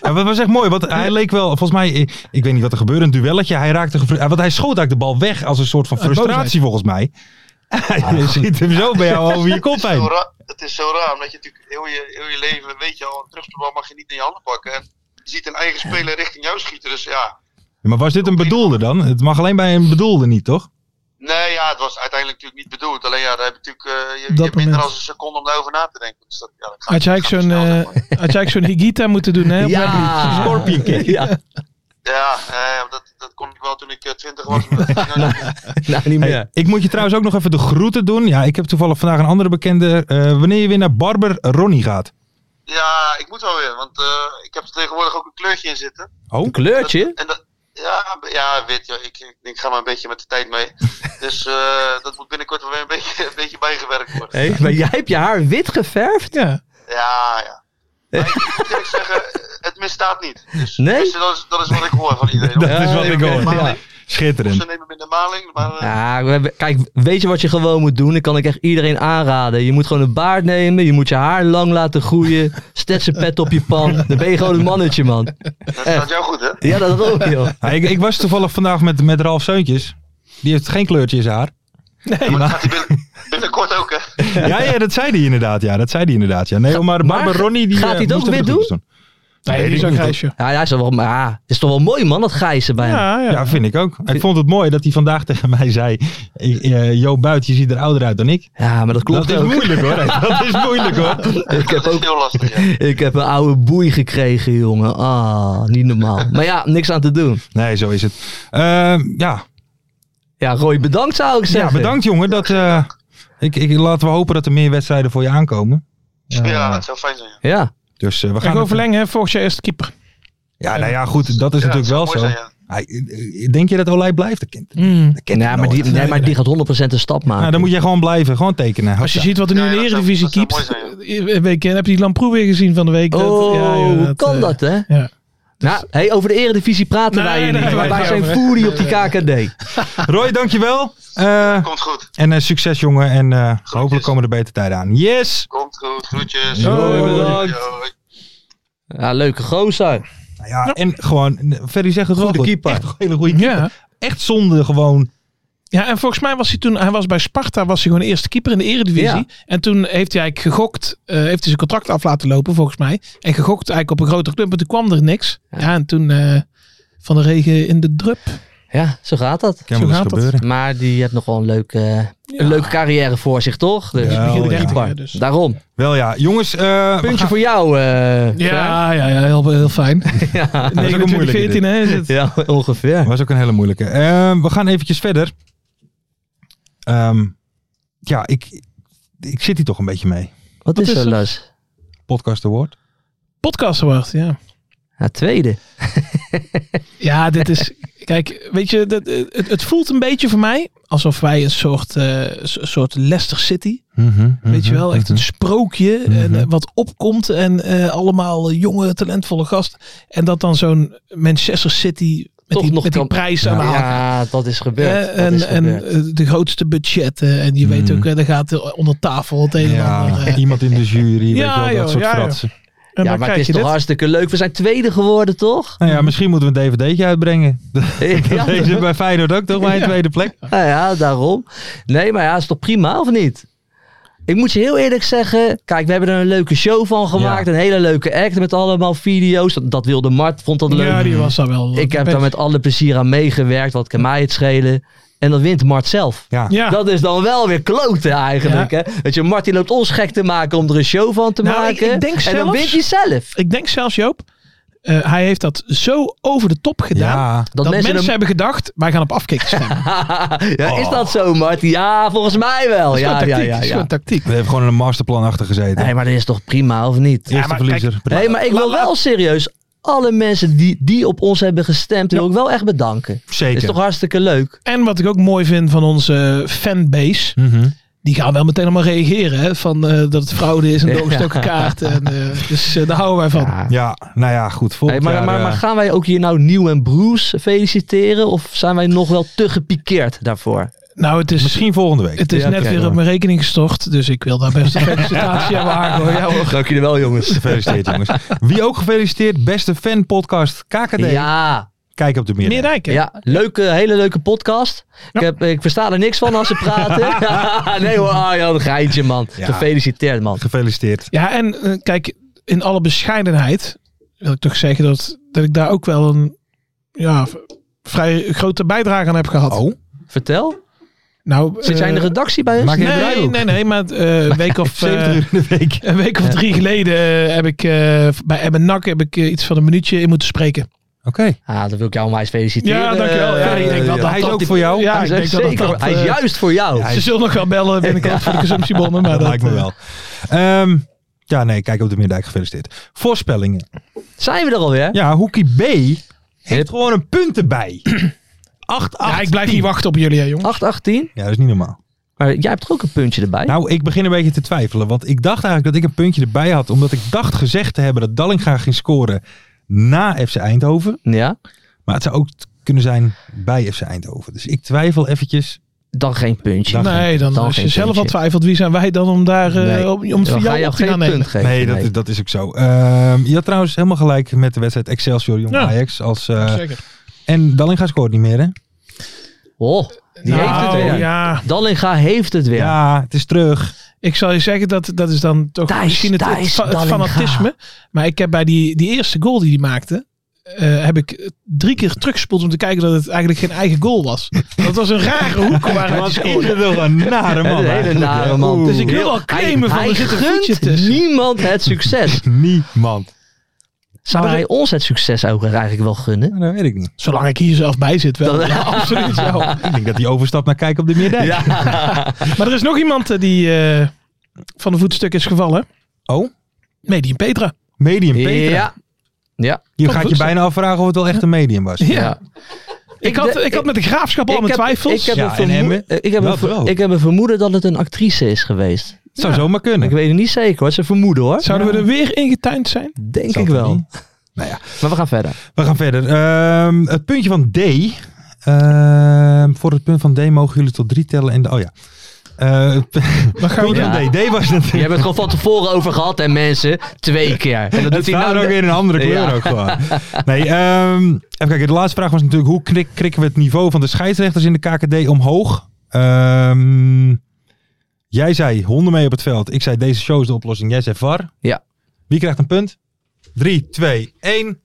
S3: Ja, dat was echt mooi, want hij leek wel, volgens mij, ik, ik weet niet wat er gebeurde, een duelletje. Hij raakte, gefru- want hij schoot eigenlijk de bal weg als een soort van
S4: Uit boosheid.
S3: frustratie, volgens mij. Hij schiet hem zo bij jou over je kop
S7: Het is, dus
S3: heen.
S7: zo raar, het is zo raar, omdat je natuurlijk heel je, heel je leven, weet je al, een terugspeelbal mag je niet in je handen pakken. En je ziet een eigen speler richting jou schieten, dus ja.
S3: Maar was dit een bedoelde dan? Het mag alleen bij een bedoelde niet, toch?
S7: Nee, ja, het was uiteindelijk natuurlijk niet bedoeld. Alleen ja, daar heb je natuurlijk eh, je, je
S4: Dat
S7: hebt minder
S4: moment.
S7: dan een seconde om daarover na te denken. Dus dat, ja, dat gaat-
S4: Had jij ook
S7: gaat
S4: zo'n,
S7: snel,
S4: eh,
S7: zeg maar.
S4: had jij ook zo'n Higita moeten doen, hè? Op Wembley?
S5: Ja.
S3: Scorpion kick.
S5: Ah. Ja,
S7: Ja, eh, dat, dat kon ik wel toen ik eh, twintig was. maar dat ging nou niet.
S5: nou niet meer.
S3: Hey, Ik moet je trouwens ook nog even de groeten doen. Ja, ik heb toevallig vandaag een andere bekende. eh, wanneer je weer naar Barber Ronnie gaat.
S7: Ja, ik moet wel weer, want eh, ik heb er tegenwoordig ook een kleurtje in zitten.
S3: Oh,
S5: Kleurtje?
S7: En dat, ja, b- ja, weet je, ik, ik, ik ga maar een beetje met de tijd mee. Dus eh, dat moet binnenkort wel weer een beetje, een beetje bijgewerkt worden.
S5: Hé, maar jij hebt je haar wit geverfd?
S4: Ja.
S7: Ja, ja. Maar ik moet eerlijk zeggen, het misstaat niet. Dus,
S5: Nee?
S7: dus dat, is, dat is wat ik hoor van iedereen.
S3: dat is wat ik
S5: oké,
S3: hoor.
S5: ja.
S7: Ze
S3: Schitterend.
S7: nemen me in de maling, maar... eh,
S5: Ja, we hebben- kijk, weet je wat je gewoon moet doen? Dat kan ik echt iedereen aanraden. Je moet gewoon een baard nemen, je moet je haar lang laten groeien, pet op je pan. Dan ben je gewoon een mannetje, man.
S7: Dat staat jou goed, hè?
S5: Ja, dat ook, joh.
S3: Ja, ik, ik was toevallig vandaag met, met Ralf Seuntjes. Die heeft geen kleurtje in zijn haar.
S7: Ja, maar dat gaat hij binnen, binnenkort ook, hè?
S3: Ja, ja, dat zei hij inderdaad. Ja, dat zei hij inderdaad. Ja. Nee, maar Barber
S5: maar
S3: Ronnie... Die,
S5: gaat
S3: eh,
S5: hij het
S3: moest
S5: ook
S3: even
S5: weer
S3: de groeten
S4: Nee,
S3: Weet
S4: die
S3: ik
S4: is ook
S3: niet.
S4: grijsje.
S5: Ja, hij is wel, maar ja, het is toch wel mooi, man, dat grijze bij hem.
S4: Ja, ja.
S3: Ah, Ja, vind ik ook. Ik vond het mooi dat hij vandaag tegen mij zei... eh, eh, Jo Buit, je ziet er ouder uit dan ik.
S5: Ja, maar dat klopt
S3: dat is
S5: ook.
S3: moeilijk hoor. Dat is moeilijk hoor.
S5: Ik heb
S7: Dat is
S5: ook
S7: heel lastig, ja.
S5: ik heb een oude boei gekregen, jongen. Ah, niet normaal. Maar ja, niks aan te doen.
S3: Nee, zo is het. Eh, ja,
S5: Ja, Roy, bedankt zou ik
S3: Ja,
S5: zeggen.
S3: bedankt jongen. Dat, eh, ik, ik, laten we hopen dat er meer wedstrijden voor je aankomen.
S7: Ja, het zou fijn zijn, ja.
S5: Ja,
S3: Dus eh, we
S4: En
S3: gaan.
S4: gewoon
S3: het-
S4: verlengen, hè? Volgend jaar eerste keeper.
S3: Ja, nou ja, goed. Dat is
S7: Ja, het
S3: natuurlijk
S7: zou
S3: wel
S7: mooi
S3: zo.
S7: zijn, ja.
S3: Hij- eh, denk je dat Olij blijft? Dat kind. Dat kind
S5: ja maar, die,
S3: nooit.
S5: nee, maar die gaat 100% een stap maken.
S3: Nou, dan moet je gewoon blijven. Gewoon tekenen.
S4: Als je
S3: Hoppa.
S4: ziet wat er nu
S7: Ja,
S4: in de
S7: dat zou-
S4: Eredivisie
S7: dat zou
S4: keept.
S7: mooi
S4: eh, Week in heb je die Lamproe weer gezien van de week. Dat-
S5: Oh,
S4: ja, joh,
S5: hoe kan
S4: eh,
S5: dat, hè?
S4: ja. Dus-
S5: Nou, hey, over de eredivisie praten
S4: Nee,
S5: wij
S4: nee,
S5: hier niet.
S4: nee,
S5: maar wij
S4: nee,
S5: zijn
S4: nee.
S5: foodie op die KKD.
S3: Roy, dankjewel. Eh
S7: Komt goed,
S3: en eh, succes jongen. En eh, hopelijk komen er betere tijden aan. Yes!
S7: komt goed. Groetjes.
S5: Hoi, bedankt.
S7: Hoi.
S5: Ja, leuke gozer.
S3: Nou ja, en gewoon, eh, Ferry zegt het wel
S5: Goede
S3: goed.
S5: keeper.
S3: Echt een hele goede keeper.
S4: Ja.
S3: Echt zonde gewoon.
S4: ja, en volgens mij was hij toen, hij was bij Sparta, was hij gewoon eerste keeper in de Eredivisie.
S5: Ja.
S4: En toen heeft hij eigenlijk gegokt, eh, heeft hij zijn contract af laten lopen volgens mij. En gegokt eigenlijk op een grotere club, maar toen kwam er niks. Ja, en toen eh, van de regen in de drup.
S5: Ja, zo gaat dat.
S3: Kan
S4: Zo
S3: wel eens
S4: gaat dat.
S3: gebeuren.
S5: Maar die heeft nog wel een leuke, eh, een leuke carrière voor zich, toch? Dus
S3: Ja,
S4: Begin
S3: oh,
S4: de
S3: ja.
S4: 30,
S5: Bar.
S4: hè, dus.
S5: Daarom.
S3: Wel ja, jongens. eh, we
S5: Puntje
S3: gaan-
S5: voor jou. eh, Frank.
S4: Ja, ja, ja, heel, heel fijn.
S5: ja.
S3: is ook een
S4: 29,
S3: moeilijke,
S4: 14 hè. is het?
S5: Ja, ongeveer.
S3: was ook een hele moeilijke. Eh, we gaan eventjes verder. Ehm, ja, ik, ik zit hier toch een beetje mee.
S5: Wat, is
S4: is
S5: er,
S4: er?
S5: Lars?
S3: Podcast Award.
S4: Podcast Award, ja.
S5: Ja, tweede.
S4: Ja, dit is. Kijk, weet je, dat, eh, het, het voelt een beetje voor mij alsof wij een soort, eh, so- soort Leicester City,
S3: Mhm,
S4: weet
S5: Mhm,
S4: je wel, echt een sprookje en, eh, wat opkomt en eh, allemaal jonge, talentvolle gasten. En dat dan zo'n Manchester City met,
S5: Toch
S4: die,
S5: nog
S4: met die
S5: kan-
S4: prijs aan de hand.
S5: Ja, dat is
S4: Eh,
S5: gebeurd. Dat
S4: en
S5: is Mhm.
S4: en
S5: gebeurd.
S4: eh, de grootste budgetten. En je weet ook, eh, er gaat eh, onder tafel het een en ander.
S3: Ja,
S4: eh.
S3: iemand in de jury, weet
S4: Ja,
S3: je wel, dat
S4: joh,
S3: soort
S4: ja, joh.
S3: fratsen.
S4: En
S5: ja,
S4: dan
S5: maar
S4: krijg
S5: het is
S4: je
S5: toch
S4: dit.
S5: hartstikke leuk. We zijn tweede geworden, toch?
S3: Nou ja, misschien moeten we een dvd'tje uitbrengen.
S5: ja,
S3: Deze bij Feyenoord ook toch, maar in
S4: Ja.
S3: tweede plek.
S5: nou ja, daarom. Nee, maar ja, is toch prima, of niet? Ik moet je heel eerlijk zeggen, kijk, we hebben er een leuke show van gemaakt. Een hele leuke act met allemaal video's. Dat, dat wilde Mart, vond dat leuk.
S4: Ja, die was daar wel.
S5: ik heb daar met alle plezier aan meegewerkt, wat kan mij het schelen. En dat wint Mart zelf.
S3: Ja.
S4: Ja.
S5: Dat is dan wel weer kloten eigenlijk. Hè? Dat je Martin loopt ons gek te maken om er een show van te
S4: Nou, ik-
S5: maken.
S4: ik denk
S5: en dan
S4: zelfs-
S5: wint hij zelf.
S4: Ik denk zelfs, Joop, eh, hij heeft dat zo over de top gedaan.
S3: Ja.
S4: Dat,
S5: Dat
S4: mensen,
S5: mensen hem-
S4: hebben gedacht, wij gaan op afkikken stemmen.
S5: ja, Is dat zo, Mart? Ja, volgens mij wel.
S4: Dat is
S5: Ja,
S4: gewoon
S5: ja,
S4: tactiek,
S5: ja,
S4: dat is
S5: ja.
S4: gewoon tactiek.
S3: We hebben gewoon een masterplan achter gezeten.
S5: Nee, maar dat is toch prima, of niet?
S3: Eerste
S4: maar
S3: verliezer.
S5: Nee, maar ik wil
S4: laat-
S5: wel serieus alle mensen die, die op ons hebben gestemd, wil ik wel echt bedanken.
S3: Zeker.
S5: Is toch hartstikke leuk?
S4: En wat ik ook mooi vind van onze fanbase,
S3: Mhm.
S4: die gaan wel meteen allemaal reageren. Hè, van eh, dat het fraude is en
S5: Ja.
S4: doorgestoken kaart. En, eh, dus eh, daar houden wij van.
S5: Ja.
S3: Ja, nou ja, goed.
S5: Hey,
S3: Volgend
S5: maar,
S3: jaar,
S5: maar,
S3: eh,
S5: maar gaan wij ook hier nou Nieuw en Bruce feliciteren? Of zijn wij nog wel te gepikeerd daarvoor?
S4: Nou, het is,
S3: misschien volgende week.
S4: het is
S5: Ja,
S4: net
S5: oké,
S4: weer
S5: hoor.
S4: op mijn rekening gestort. Dus ik wil daar best een felicitatie aan wagen. hoor. Ja, hoor.
S5: Dank jullie wel, jongens.
S3: Gefeliciteerd jongens. Wie ook gefeliciteerd, beste fanpodcast KKD.
S5: Ja,
S3: Kijk op de meer.
S4: Meneer Dijken.
S5: ja leuke, hele leuke podcast. Ik, heb, ik versta er niks van als ze praten. nee hoor, Arjan, geintje man.
S3: Ja.
S5: Gefeliciteerd man.
S3: Gefeliciteerd.
S4: Ja, en eh, kijk, in alle bescheidenheid wil ik toch zeggen dat, dat ik daar ook wel een ja, v- vrij grote bijdrage aan heb gehad.
S3: Oh,
S5: Vertel,
S4: Nou,
S5: zit jij in de
S4: eh,
S5: redactie bij ons?
S3: maak je een
S4: Nee,
S3: draaiboek?
S4: nee, nee, maar eh, een week of, eh,
S3: 70 uur in de week.
S4: een week of drie geleden eh, heb ik eh, bij Emmen Nak heb ik eh, iets van een minuutje in moeten spreken.
S3: Oké.
S5: Ah, dan wil ik jou onwijs feliciteren.
S4: Ja, dankjewel. Ja,
S5: Eh,
S4: ik denk dat
S5: ja.
S4: dat-
S3: Hij is
S4: dat
S3: ook
S4: die-
S3: voor jou.
S4: Ja,
S5: Hij is
S4: ik denk
S5: echt
S4: dat dat
S5: zeker-
S4: dat,
S5: Hij is
S4: eh,
S5: juist voor jou.
S4: Ze zullen nog wel bellen binnenkort voor de consumptiebonnen. Maar
S3: Oh. Dat, lijkt me
S4: eh,
S3: wel. Ehm, ja, nee, kijk op de Meerdijk, gefeliciteerd. Voorspellingen.
S5: Zijn we er alweer?
S3: Ja, Hoekie B heeft
S5: Hip.
S3: gewoon een punt erbij. 8, 8,
S4: Ja, ik blijf niet wachten op jullie, hè, jongen.
S5: 8, 18.
S3: Ja, dat is niet normaal.
S5: Maar jij hebt er ook een puntje erbij.
S3: Nou, ik begin een beetje te twijfelen. Want ik dacht eigenlijk dat ik een puntje erbij had. Omdat ik dacht gezegd te hebben dat Dallinga ging scoren na FC Eindhoven.
S5: Ja,
S3: Maar het zou ook t- kunnen zijn bij FC Eindhoven. Dus ik twijfel eventjes.
S5: dan geen puntje.
S3: Dan-
S4: Nee, dan
S5: Dan
S4: als je
S5: geen
S4: zelf al
S5: puntje.
S4: twijfelt, wie zijn wij dan om daar eh,
S5: Nee.
S4: om, om het
S5: dan
S4: voor
S5: ga
S4: jou
S5: je
S4: op
S5: ook
S4: te gaan
S5: geen
S4: nemen?
S5: punt geven.
S3: Nee, dat, dat is ook zo. Ehm, je had trouwens helemaal gelijk met de wedstrijd Excelsior Jong
S4: Ja.
S3: Ajax. Als, eh,
S4: Zeker.
S3: en Dallinga scoort niet meer, hè?
S5: Oh, die heeft het
S4: Nou,
S5: weer.
S4: ja,
S5: Dallinga heeft het weer.
S3: Ja, het is terug.
S4: ik zal je zeggen, dat, dat is dan toch
S5: Thijs,
S4: misschien het, het
S5: Thijs
S4: fa- het
S5: Dallinga.
S4: fanatisme. Maar ik heb bij die, die eerste goal die hij maakte, eh, heb ik drie keer teruggespoeld om te kijken dat het eigenlijk geen eigen goal was. Dat was een rare hoek waaruit hij
S3: is
S4: scoorde.
S3: het wel een nare
S5: Hè,
S3: man.
S5: de hele
S3: eigenlijk, hè?
S5: nare man.
S3: Oeh,
S4: Dus ik wil
S5: Heel-
S4: wel claimen van
S5: hij,
S4: er zit een
S5: hij
S4: voetje
S5: gunt
S4: tussen.
S5: niemand het succes.
S3: Niemand.
S5: Zou
S4: Maar
S5: hij ons het succes ook eigenlijk wel gunnen?
S3: Nou, dat weet ik niet.
S4: Zolang ik hier zelf bij zit wel.
S5: Dat-
S4: Ja, absoluut wel.
S3: Ik denk dat die overstapt naar kijken op de Meerdijk.
S4: Maar er is nog iemand eh, die eh, van de voetstuk is gevallen.
S3: Oh,
S4: Medium Petra.
S3: medium Peter.
S5: ja. ja.
S3: Je
S4: Kan
S3: gaat je
S4: goed zijn.
S3: bijna afvragen of het wel echt een medium was.
S4: Ja.
S5: Ja.
S4: Ik, had, ik had met de graafschap al
S5: ik
S4: mijn
S5: heb-
S4: twijfels.
S5: Ik heb,
S3: Ja,
S5: een
S3: en
S5: vermoed-
S3: Emmen?
S5: eh, ik, heb
S3: Dat
S5: een ver-
S3: wel.
S5: ik heb een vermoeden dat het een actrice is geweest.
S3: Het zou zomaar kunnen.
S5: Ik weet het niet zeker hoor. Ze vermoeden hoor.
S4: Zouden we er weer ingetuind zijn?
S5: Denk
S3: Zal
S5: ik
S3: het
S5: wel.
S3: niet? Nou ja.
S5: Maar we gaan verder.
S3: We gaan verder. Ehm, het puntje van D. Ehm, voor het punt van D mogen jullie tot drie tellen. En de, oh ja. Eh, het
S4: Dan gaan we
S3: puntje
S4: doen.
S3: van D. D was natuurlijk...
S5: Je hebt het gewoon van tevoren over gehad en mensen. Twee keer. En dat
S3: Het
S5: doet hij
S3: staat
S5: nou
S3: ook weer in een andere kleur
S5: Ja.
S3: ook gewoon. Nee, ehm, even kijken. De laatste vraag was natuurlijk... hoe krik, krikken we het niveau van de scheidsrechters in de KKD omhoog? Ehm, jij zei honden mee op het veld. Ik zei deze show is de oplossing. Jij zei VAR.
S5: Ja.
S3: Wie krijgt een punt? 3, 2, 1.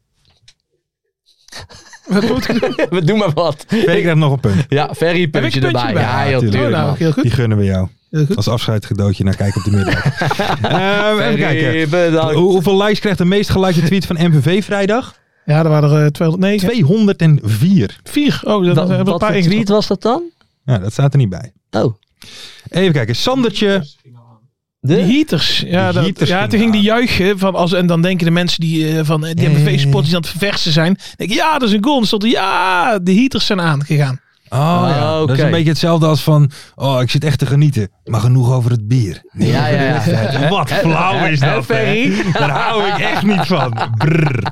S4: Wat moet ik doen?
S5: We doen maar wat.
S3: Ferry krijgt nog een punt.
S5: Ja, Ferry, puntje
S4: puntje
S5: erbij.
S4: erbij?
S5: Ja, heel
S3: tuurlijk.
S4: Oh,
S5: tuurlijk.
S4: nou,
S5: man.
S4: heel goed.
S3: Die gunnen we jou.
S4: Heel goed.
S3: Als afscheidsgedootje naar Kijk op de Middag. Ehm, even kijken.
S5: Ferry, bedankt.
S3: Hoe- hoeveel likes krijgt de meest gelikte tweet van MVV vrijdag?
S4: Ja, er waren er eh, 209.
S3: 204.
S4: Vier. Oh, dat
S5: Wat,
S4: hebben we een
S5: wat voor
S4: paar
S5: tweet
S4: ingetrokken.
S5: was dat dan?
S3: Ja, dat staat er niet bij.
S5: Oh,
S3: Even kijken. Sandertje.
S5: de?
S4: Die heaters. Ja,
S3: Die
S4: dat,
S3: heaters
S4: ja
S3: gingen
S4: toen ging die
S3: aan.
S4: juichen. Van als, en dan denken de mensen die, eh, van, eh, die hebben
S3: Eh.
S4: V-sports die aan het verversen zijn. Denken, ja, dat is een goal. Dan stond er, ja, de heaters zijn aangegaan.
S3: Oh
S5: Ah,
S3: ja, dat is
S5: oké.
S3: een beetje hetzelfde als van... Oh, ik zit echt te genieten. Maar genoeg over het bier. Nee,
S5: Ja, ja, ja.
S3: Wat flauw is
S5: Hè,
S3: dat, hè?
S5: Ferry?
S3: Daar hou ik echt niet van. Brrr.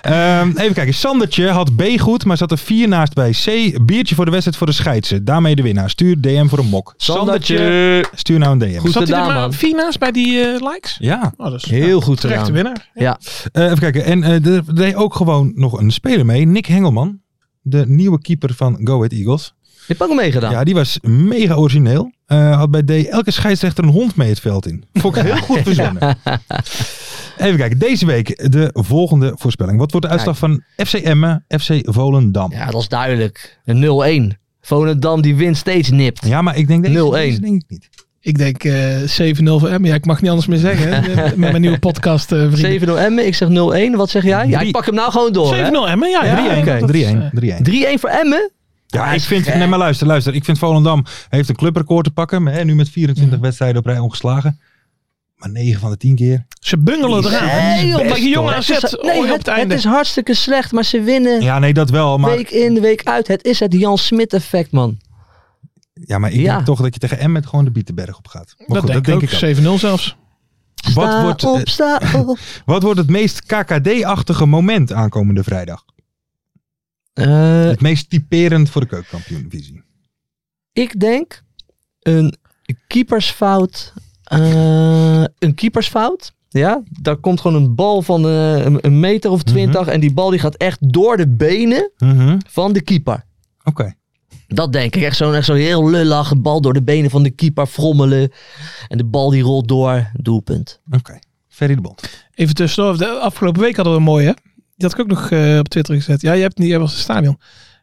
S3: Ehm, even kijken. Sandertje had B goed, maar zat er 4 naast bij C. Biertje voor de wedstrijd voor de scheidsen. Daarmee de winnaar. Stuur DM voor een mok.
S5: Sandertje.
S3: Stuur nou een DM.
S5: Goed.
S4: Zat hij er
S5: gedaan,
S4: maar
S5: man.
S4: vier naast bij die eh, likes?
S3: Ja.
S4: Oh, dat is
S5: Heel goed
S4: terecht de
S5: gedaan.
S4: winnaar.
S5: Ja,
S3: Eh, even kijken. En eh, er er deed ook gewoon nog een speler mee. Nick Hengelman. De nieuwe keeper van Go Ahead Eagles.
S5: je hebt ook meegedaan.
S3: Ja, die was mega origineel. Eh, had bij D elke scheidsrechter een hond mee het veld in. Vond ik heel goed verzonnen. Even kijken. Deze week de volgende voorspelling. Wat wordt de uitslag van FC Emmen, FC Volendam?
S5: Ja, dat is duidelijk. Een 0-1. Volendam die wint steeds nipt.
S3: Ja, maar ik denk deze,
S5: 0-1.
S3: deze denk ik niet.
S4: Ik denk eh 7-0 voor Emmen. Ja, ik mag niet anders meer zeggen. hè, Met mijn nieuwe podcast, eh vrienden.
S5: 7-0 Emmen, ik zeg 0-1. Wat zeg jij? Ja, ik
S3: Drie.
S5: pak hem nou gewoon door.
S4: 7-0
S5: hè?
S4: Emmen, ja. ja,
S5: Ja, oké.
S4: dat is,
S3: 3-1,
S4: eh,
S3: 3-1.
S5: 3-1 voor Emmen?
S3: Ja, ik vind,
S5: gek.
S3: nee, maar luister, luister. Ik vind Volendam heeft een clubrecord te pakken. maar, Hè, nu met 24 wedstrijden op rij ongeslagen. Maar 9 van de 10 keer.
S4: Ze bungelen
S5: Nee,
S4: eraan.
S5: joh,
S4: Omdat je jong
S5: Het
S4: AZ
S5: is- nee,
S4: Oh, op
S5: het,
S4: het einde.
S5: het is hartstikke slecht, maar ze winnen
S3: Ja, nee, dat wel. Maar,
S5: week in, week uit. Het is het Jan Smit effect, man.
S3: ja, maar ik
S5: Ja.
S3: denk toch dat je tegen Emmet gewoon de Bietenberg op gaat. Maar
S4: dat
S3: goed,
S4: denk, ik
S3: ook.
S4: ook. 7-0 zelfs.
S3: Wat
S5: Sta
S3: wordt,
S5: op,
S3: eh,
S5: sta op.
S3: Wat wordt het meest KKD-achtige moment aankomende vrijdag?
S5: Eh,
S3: Het meest typerend voor de keukenkampioenvisie.
S5: ik denk een keepersfout. eh, een keepersfout. Ja, daar komt gewoon een bal van eh, een, een meter of twintig.
S3: Mhm.
S5: En die bal die gaat echt door de benen
S4: Mhm.
S5: van de keeper.
S3: Oké.
S5: Dat denk ik. Echt zo'n echt zo'n heel lullig bal door de benen van de keeper frommelen. En de bal die rolt door. Doelpunt.
S3: Oké. Ferry de Bond.
S4: Even tussendoor, de afgelopen week hadden we een mooie. hè? Die had ik ook nog eh, op Twitter gezet. Ja, je hebt niet, jij was in het stadion.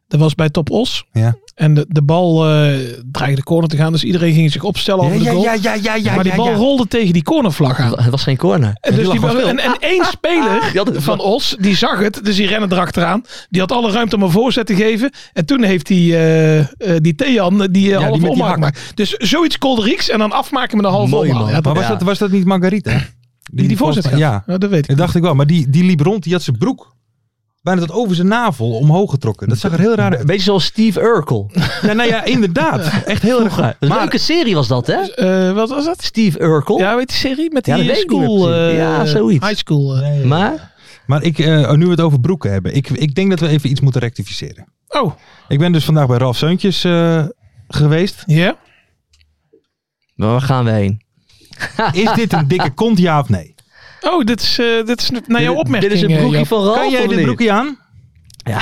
S4: Dat was bij Top Os.
S3: Ja.
S4: En de, de bal eh dreigde de corner te gaan. Dus iedereen ging zich opstellen over de goal.
S3: ja, ja, ja.
S4: maar die bal rolde tegen die cornervlag aan.
S5: Het was geen corner.
S4: En, dus
S3: lag
S4: die,
S3: gewoon
S4: en, en één speler
S5: Die had het-
S4: van Os, die zag het. Dus die rende erachteraan. Die had alle ruimte om een voorzet te geven. En toen heeft die, eh, eh, die Thean eh, die eh,
S3: die
S4: halve
S3: met die
S4: omhaak
S3: hak.
S4: gemaakt. Dus zoiets kolderieks en dan afmaken met een halve
S5: Mooi,
S4: omhaak.
S5: man.
S4: Ja, dat-
S3: Maar was,
S5: Ja.
S3: dat, was dat niet Margarita?
S4: die die voorzet gaf.
S3: Ja.
S4: Ja, dat weet ik.
S3: Dat dacht ik wel. Maar die, die liep rond. Die had zijn broek bijna tot over zijn navel omhoog getrokken. Dat zag er heel raar uit.
S5: Beetje zoals Steve Urkel.
S3: Ja, nou ja, inderdaad. Echt heel erg raar.
S5: Een
S3: Maar-
S5: leuke serie was dat, hè?
S4: Eh, wat was dat?
S5: Steve Urkel.
S4: Ja, weet die serie? Met
S5: Ja,
S4: die
S5: dat
S4: eh,
S5: weet ik niet meer
S4: school.
S5: precies.
S4: eh,
S5: Ja, zoiets.
S4: High school. eh.
S5: Maar
S3: Maar ik, eh, nu we het over broeken hebben. Ik, ik denk dat we even iets moeten rectificeren.
S4: Oh,
S3: Ik ben dus vandaag bij Ralf Seuntjes eh, geweest.
S4: ja.
S5: waar gaan we heen?
S3: Is dit een dikke kont, ja of nee?
S4: Oh, dit is, eh, dit is naar jouw opmerking.
S5: Dit is een
S4: eh,
S5: broekje
S4: Joop.
S5: van Ralf.
S3: Kan jij
S5: of
S3: dit
S5: niet?
S3: broekje aan? Ja.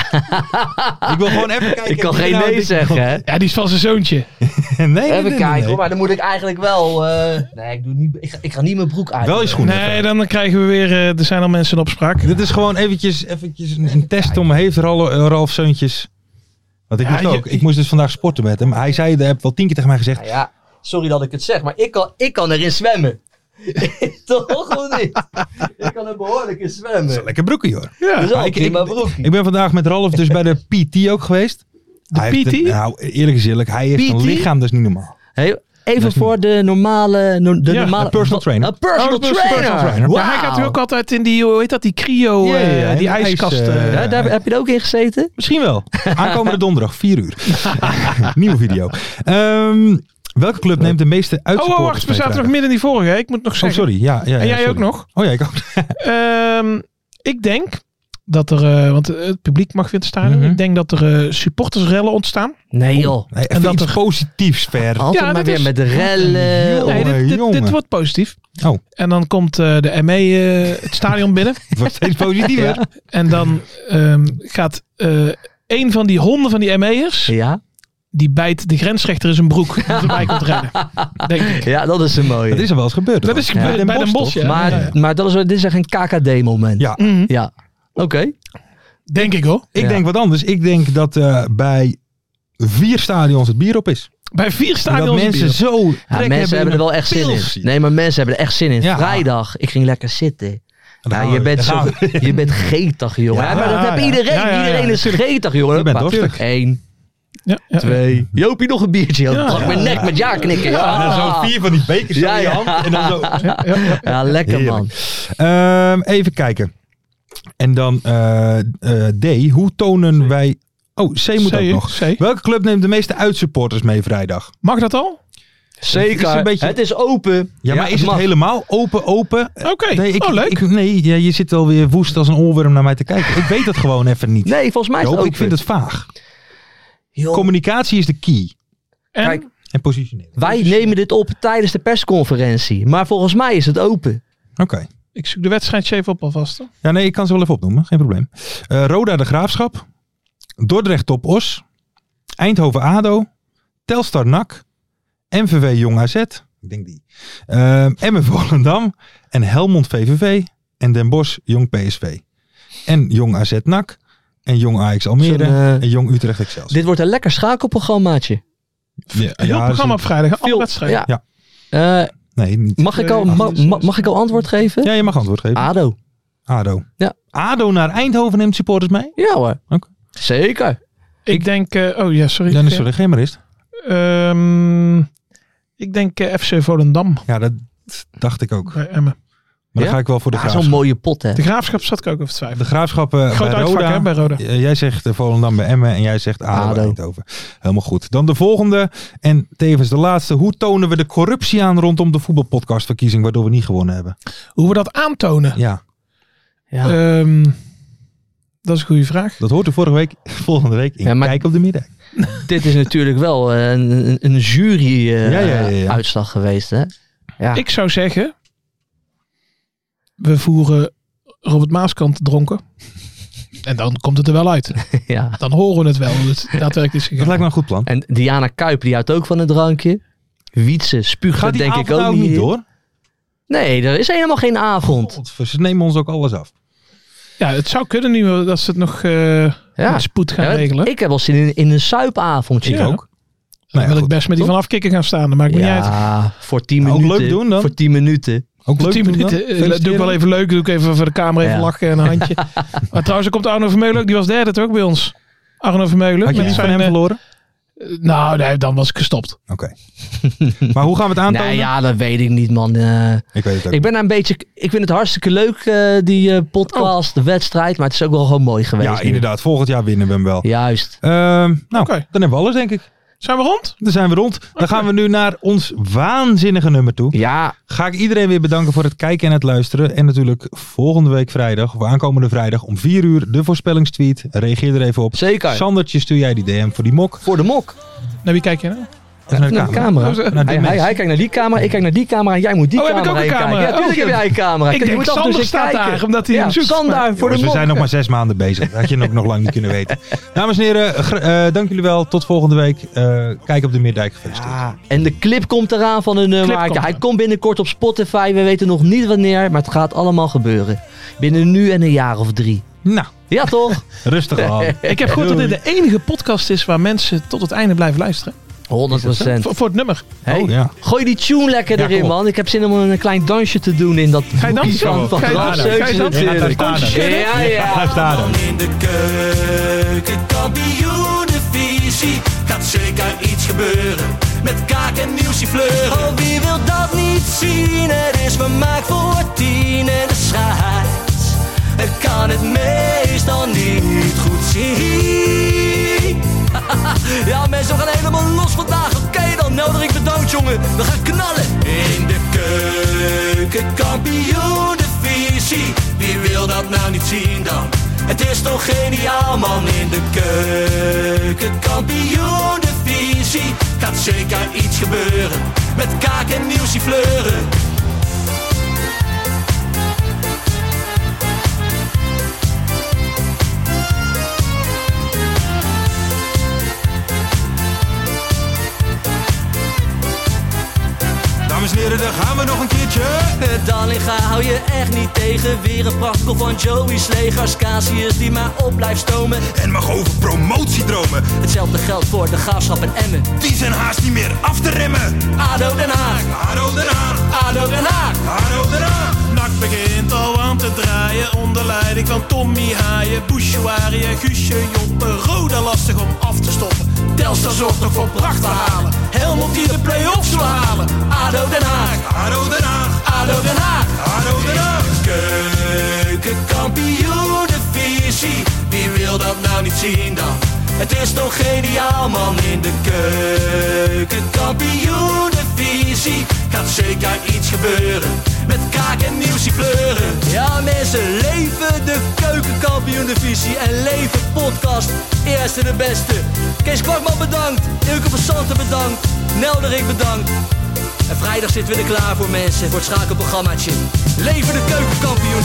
S3: Ik wil gewoon even kijken.
S5: Ik kan
S3: of dit
S5: geen
S3: nou een
S5: nee
S3: dikke
S5: zeggen, hè?
S4: Ja, die is van zijn zoontje.
S3: kont- Nee, nee, nee,
S5: Even
S3: nee,
S5: kijken,
S3: nee.
S5: hoor. Maar dan moet ik eigenlijk wel... eh, nee, ik, doe niet, ik, ga, ik ga niet mijn broek uit. Nou
S3: Wel je schoenen.
S4: Nee,
S3: even.
S4: dan krijgen we weer... eh, er zijn al mensen in opspraak.
S3: Dit is gewoon eventjes, eventjes een, een test om. Heeft Ralf, Ralf Zeuntjes... Want ik
S4: Ja,
S3: moest
S4: je-
S3: ook. Ik moest dus vandaag sporten met hem. Hij zei, hij heeft wel tien keer tegen mij gezegd.
S5: Nou ja, sorry dat ik het zeg, maar ik kan, ik kan erin zwemmen. Toch of niet? Ik kan er behoorlijk in
S3: Dat is
S5: zwemmen.
S3: een lekker broekje hoor.
S4: Ja.
S5: Dus al
S3: ik-
S5: prima broekje.
S3: Ik ben vandaag met Ralf dus bij de PT ook geweest. De
S4: PT?
S3: nou, eerlijk is eerlijk. Hij heeft
S5: PT?
S3: een lichaam, dat is niet normaal.
S5: Hey, even voor de normale... no- de
S4: Ja,
S5: normale
S3: een personal trainer.
S5: Een personal
S4: Oh, een
S5: trainer.
S4: personal
S3: trainer.
S5: Wauw.
S4: Maar hij gaat nu ook altijd in die... Hoe heet dat? Die cryo...
S3: Ja,
S4: eh,
S3: ja, ja,
S4: die
S3: ijs,
S4: ijskast.
S3: eh,
S4: eh.
S5: Ja, daar heb je er ook in gezeten?
S3: Misschien wel. Aankomende donderdag, 4 uur. Nieuwe video. Ehm, welke club neemt de meeste
S4: oh,
S3: uitsupporters
S4: oh, wacht. We
S3: mee
S4: zaten nog
S3: vrijdag?
S4: midden in die vorige. hè. Ik moet nog
S3: Oh,
S4: zeggen.
S3: sorry. Ja, ja, ja,
S4: En jij
S3: sorry.
S4: ook nog?
S3: Oh ja, ik ook.
S4: Ehm, ik denk dat er... eh, want eh, het publiek mag weer staan.
S3: Mhm.
S4: Ik denk dat er eh, supportersrellen ontstaan.
S5: Nee joh.
S3: Oh, Nee,
S4: En
S3: even
S4: dat
S3: iets
S4: er-
S3: positiefs ver.
S4: Ja,
S5: Altijd maar
S4: dat
S5: weer
S4: is-
S5: met de rellen.
S3: Jongen,
S4: Nee, dit, dit, dit
S3: Oh, jongen.
S4: wordt positief.
S3: Oh.
S4: En dan komt eh, de ME eh, het stadion binnen.
S3: Het wordt steeds positiever.
S4: En dan ehm, gaat eh een van die honden van die ME'ers,
S5: Ja,
S4: die bijt de grensrechter in zijn broek. Die erbij komt rennen. Denk ik.
S5: ja, dat is een mooie.
S3: Dat is er wel eens gebeurd.
S4: Dat
S3: hoor.
S4: is gebeurd bij Den Bosch,
S3: toch?
S4: ja.
S5: maar, maar dat is, dit is echt een KKD-moment.
S3: Ja.
S4: Mhm.
S5: Ja. Oké.
S4: Denk ik hoor.
S3: Ik
S5: Ja.
S3: denk wat anders. Ik denk dat eh, bij vier stadions het bier op is.
S4: Bij vier
S3: En dat
S4: stadions. in
S3: mensen
S4: Bierum.
S3: zo
S5: Ja,
S3: trek
S5: mensen
S3: in
S5: hebben er wel
S3: een
S5: echt zin
S3: pils.
S5: in. Nee, maar mensen hebben er echt zin in.
S3: Ja.
S5: Vrijdag, ik ging lekker zitten.
S3: Daar
S5: Ja,
S3: gaan
S5: je,
S3: we.
S5: bent
S3: Daar
S5: zo,
S3: gaan we.
S5: je bent getig, jongen.
S3: Ja,
S5: Ja, maar dat
S3: ja,
S5: heb
S3: ja.
S5: iedereen.
S3: Ja, ja, ja,
S5: iedereen is
S3: natuurlijk.
S5: getig, jongen.
S3: Je bent
S5: Pak.
S3: dorstig.
S5: Eén,
S4: Ja, ja.
S5: twee. Jopie, nog een biertje.
S4: Ja,
S5: Ja,
S4: ja,
S5: mijn nek met ja knikken.
S3: En dan
S4: Ah.
S5: Ja,
S3: zo vier van die bekers
S5: Ja,
S3: in je
S5: ja.
S3: hand. En dan zo.
S5: Ja, lekker man.
S3: Ehm, even kijken. En dan eh, eh, D. Hoe tonen wij... Oh, C moet
S4: C,
S3: ook nog.
S4: C.
S3: Welke club neemt de meeste uitsupporters mee vrijdag?
S4: Mag dat al?
S3: Het is
S5: Zeker.
S3: een beetje-
S5: Het is open.
S3: Ja, maar is het
S5: mag.
S3: helemaal open, open?
S4: Oké.
S3: Eh, Nee, ik,
S4: oh, leuk.
S3: ik- nee ja, je zit alweer woest als een olworm naar mij te kijken. Ik weet dat gewoon even niet.
S5: Nee, volgens mij is het
S3: Joop,
S5: open.
S3: ik vind het vaag.
S5: Joh,
S3: Communicatie is de key.
S4: en,
S5: Kijk,
S3: En Dus- positionering.
S5: wij nemen dit op tijdens de persconferentie. Maar volgens mij is het open.
S3: Oké.
S4: ik zoek de wedstrijdje even op alvast. hoor.
S3: Ja, nee, ik kan ze wel even opnoemen. Geen probleem. Eh, Roda de Graafschap. Dordrecht Top Os. Eindhoven ADO. Telstar NAC. MVV Jong AZ. Ik denk die. Uh, MV Volendam. En Helmond VVV. En Den Bosch Jong PSV. En Jong AZ NAC. En Jong Ajax Almere.
S5: Zo'n, eh,
S3: en Jong Utrecht Excelsior.
S5: Dit wordt een lekker schakelprogrammaatje.
S3: Oh, Ja,
S4: Heel
S3: ja,
S4: programma op
S3: ze-
S4: vrijdag. Alle
S5: Veel-
S4: wedstrijden.
S3: Ja.
S5: Eh,
S3: Nee, niet.
S5: mag, ik al,
S4: Eh,
S5: ma- ma- mag ik al antwoord geven?
S3: Ja, je mag antwoord geven.
S5: ADO.
S3: ADO.
S5: Ja.
S3: ADO naar Eindhoven neemt supporters mee?
S5: Ja hoor.
S3: Oké.
S5: Zeker.
S4: Ik denk... eh, oh ja, sorry.
S3: Dan is er geen maar is.
S4: Ehm, ik denk eh, FC Volendam
S3: Ja, dat dacht ik ook. Maar
S4: bij Emmen.
S3: dan
S5: Ja?
S3: ga ik wel voor de
S5: Ja,
S3: graafschap.
S5: zo'n mooie pot hè.
S4: De Graafschap zat ik ook over
S3: De
S4: twijfel.
S3: graafschap eh, bij
S4: Groot uitvak
S3: Roda.
S4: hè, bij Roda.
S3: Eh, Jij zegt eh, Volendam bij Emmen en jij zegt ADO, bij
S5: ADO.
S3: Eindhoven. Helemaal goed. Dan de volgende en tevens de laatste. Hoe tonen we de corruptie aan rondom de voetbalpodcastverkiezing waardoor we niet gewonnen hebben?
S4: Hoe we dat aantonen?
S3: Ja,
S5: Ja.
S3: Eh.
S4: Ehm, dat is een goede vraag.
S3: dat hoort er vorige week, volgende week in
S5: Ja, maar-
S3: Kijk op de Middag.
S5: Dit is natuurlijk wel eh, een, een
S3: Ja, ja, ja, ja.
S5: jury-uitslag geweest hè. Ja.
S4: Ik zou zeggen... We voeren Robert Maaskant dronken. En dan komt het er wel uit.
S5: ja.
S4: Dan horen we het wel. hoe Het daadwerkelijk is
S3: Dat
S4: gegaan.
S3: lijkt me een goed plan.
S5: En Diana Kuip die houdt ook van een drankje. Wietse spuugt
S3: Gaat
S5: dat
S3: die
S5: denk
S3: avond
S5: ik ook
S3: nou
S5: niet
S3: niet Oh,
S5: in.
S3: door?
S5: Nee, er is helemaal geen avond.
S3: God, ze nemen ons ook alles af.
S4: Ja, het zou kunnen nu wel dat ze het nog eh,
S5: Ja.
S4: met spoed gaan
S5: Ja,
S4: regelen.
S5: ik heb al zin in, in een suipavondje.
S4: Ja.
S5: ook.
S4: dan
S3: Nou ja,
S4: wil ik
S3: goed.
S4: best met die vanaf kikken gaan staan. Dat maakt me niet uit.
S5: Ja, voor 10
S3: Nou, ook
S5: minuten.
S3: leuk doen dan.
S5: Voor 10 minuten.
S3: Ook
S4: Voor
S3: leuk
S4: 10
S3: doen dan.
S4: minuten. eh, doe ik wel
S3: Feliciteren.
S4: even leuk. Doe ik even voor de camera even
S5: Ja.
S4: lachen en een handje. maar trouwens, er komt Arno Vermeulen ook. Die was derde toch ook bij ons. Arno Vermeulen.
S3: Had je
S4: met
S3: niet van
S4: zijn,
S3: hem
S4: eh,
S3: verloren?
S4: nou, nee, dan was ik gestopt.
S3: Oké. maar hoe gaan we het aantonen?
S5: Nou ja, dat weet ik niet, man. Eh,
S3: Ik weet het ook.
S5: ik ben daar een beetje. Ik vind het hartstikke leuk, eh, die eh, podcast, de wedstrijd. Maar het is ook wel gewoon mooi geweest.
S3: Oh. ja,
S5: nu.
S3: inderdaad. Volgend jaar winnen we hem wel.
S5: Juist.
S3: Ehm, nou,
S4: Oké.
S3: dan hebben we alles, denk ik.
S4: Zijn we rond?
S3: Dan zijn we rond. Dan gaan we nu naar ons waanzinnige nummer toe.
S5: Ja,
S3: Ga ik iedereen weer bedanken voor het kijken en het luisteren. En natuurlijk volgende week vrijdag, of aankomende vrijdag om 4 uur, de voorspellingstweet. Reageer er even op.
S5: zeker.
S3: Sandertje, stuur jij die DM voor die mok.
S5: voor de mok.
S4: Naar wie kijk je nou?
S3: Of naar de
S5: Naar de
S3: camera.
S5: camera.
S3: Naar Nou, die
S5: hij, hij,
S3: mensen.
S5: hij kijkt naar die camera, ik kijk naar die camera en jij moet die
S4: Oh, heb ik
S5: camera
S4: ook een
S5: heen
S4: camera?
S5: kijken. Ja,
S4: Oh,
S5: tuurlijk heb
S4: shit.
S5: jij een camera.
S4: Ik denk,
S5: Kijk, je moet af en toe
S4: Sander
S5: eens
S4: staat
S5: kijken.
S4: daar, omdat hij
S5: ja,
S4: hem zoekt.
S5: Sander voor
S3: Jongens,
S5: de
S3: we
S5: mok.
S3: zijn nog maar zes maanden bezig. Dat had je nog, nog lang niet kunnen weten. Dames en heren, gr- eh, dank jullie wel. Tot volgende week. Eh, kijk op de Meerdijk. Gefeliciteerd.
S5: Ja, en de clip komt eraan van een nummer.
S4: komt
S5: hij
S4: eraan.
S5: komt binnenkort op Spotify. We weten nog niet wanneer, maar het gaat allemaal gebeuren. Binnen nu en een jaar of drie.
S3: Nou,
S5: Ja, toch?
S3: rustig aan.
S4: Ik heb gehoord dat dit
S3: Doei.
S4: de enige podcast is waar mensen tot het einde blijven luisteren.
S5: 100 procent.
S4: Voor, voor het nummer.
S3: Oh, ja.
S5: Gooi die tune lekker
S3: Ja, kom
S5: erin,
S3: op.
S5: man. Ik heb zin om een klein dansje te doen in dat
S4: je
S5: boekje
S4: dansen?
S5: van, van
S4: Ga je
S5: Ralf
S4: dansen? Ga je
S5: Seuss
S4: dansen?
S3: Ja,
S5: natuurlijk.
S3: daar staat
S4: hem.
S5: Ja, ja.
S3: Daar staat hem.
S8: in de keuken, kampioenenvisie. Gaat zeker iets gebeuren met kaak en nieuwsje fleuren. Oh, wie wil dat niet zien? Het is vermaakt voor tien en de scheids. Ik kan het meestal niet goed zien. Ja, mensen, we gaan helemaal los vandaag. Oké, dan nodig ik bedankt, jongen. We gaan knallen. In de keuken, kampioen, de visie. Wie wil dat nou niet zien dan? Het is toch geniaal, man. In de keuken, kampioen, de visie. Gaat zeker iets gebeuren. Met kaak en nieuwsie fleuren.
S3: Dames Dames en heren, daar gaan we nog een keertje.
S5: Dallinga Eh, hou je echt niet tegen. Weer een prachtkel van Joey's legers. Casius die maar op blijft stomen.
S3: En mag over promotiedromen.
S5: Hetzelfde geldt voor de gaafschap en Emmen.
S3: Die zijn haast niet meer af te remmen.
S5: ADO Den Haag,
S3: Haro Den Haag,
S5: ADO Den Haag.
S3: Haro Den Haag.
S4: Nak begint al aan te draaien onder leiding van Tommy Haaien, Bouchouari en Guusje Joppen. Roda lastig om af te stoppen.
S5: Telstar zorgt nog voor pracht te halen. Helmond die de play-offs wil halen. ADO Den Haag,
S3: Haro Den Haag,
S5: ADO Den Haag.
S3: Haro Den Haag.
S5: Keukenkampioenenvisie, wie wil dat nou niet zien dan? Het is toch geniaal man in de keukenkampioenenvisie. Gaat zeker iets gebeuren, met kaak en nieuwsie pleuren. Ja mensen, leven de keukenkampioenenvisie en leven podcast. Eerste de beste. Kees Kwakman bedankt, Ilke van Santen bedankt, Nelderik bedankt. En vrijdag zitten we er klaar voor mensen, voor het schakelprogrammaatje. Leven de keukenkampioen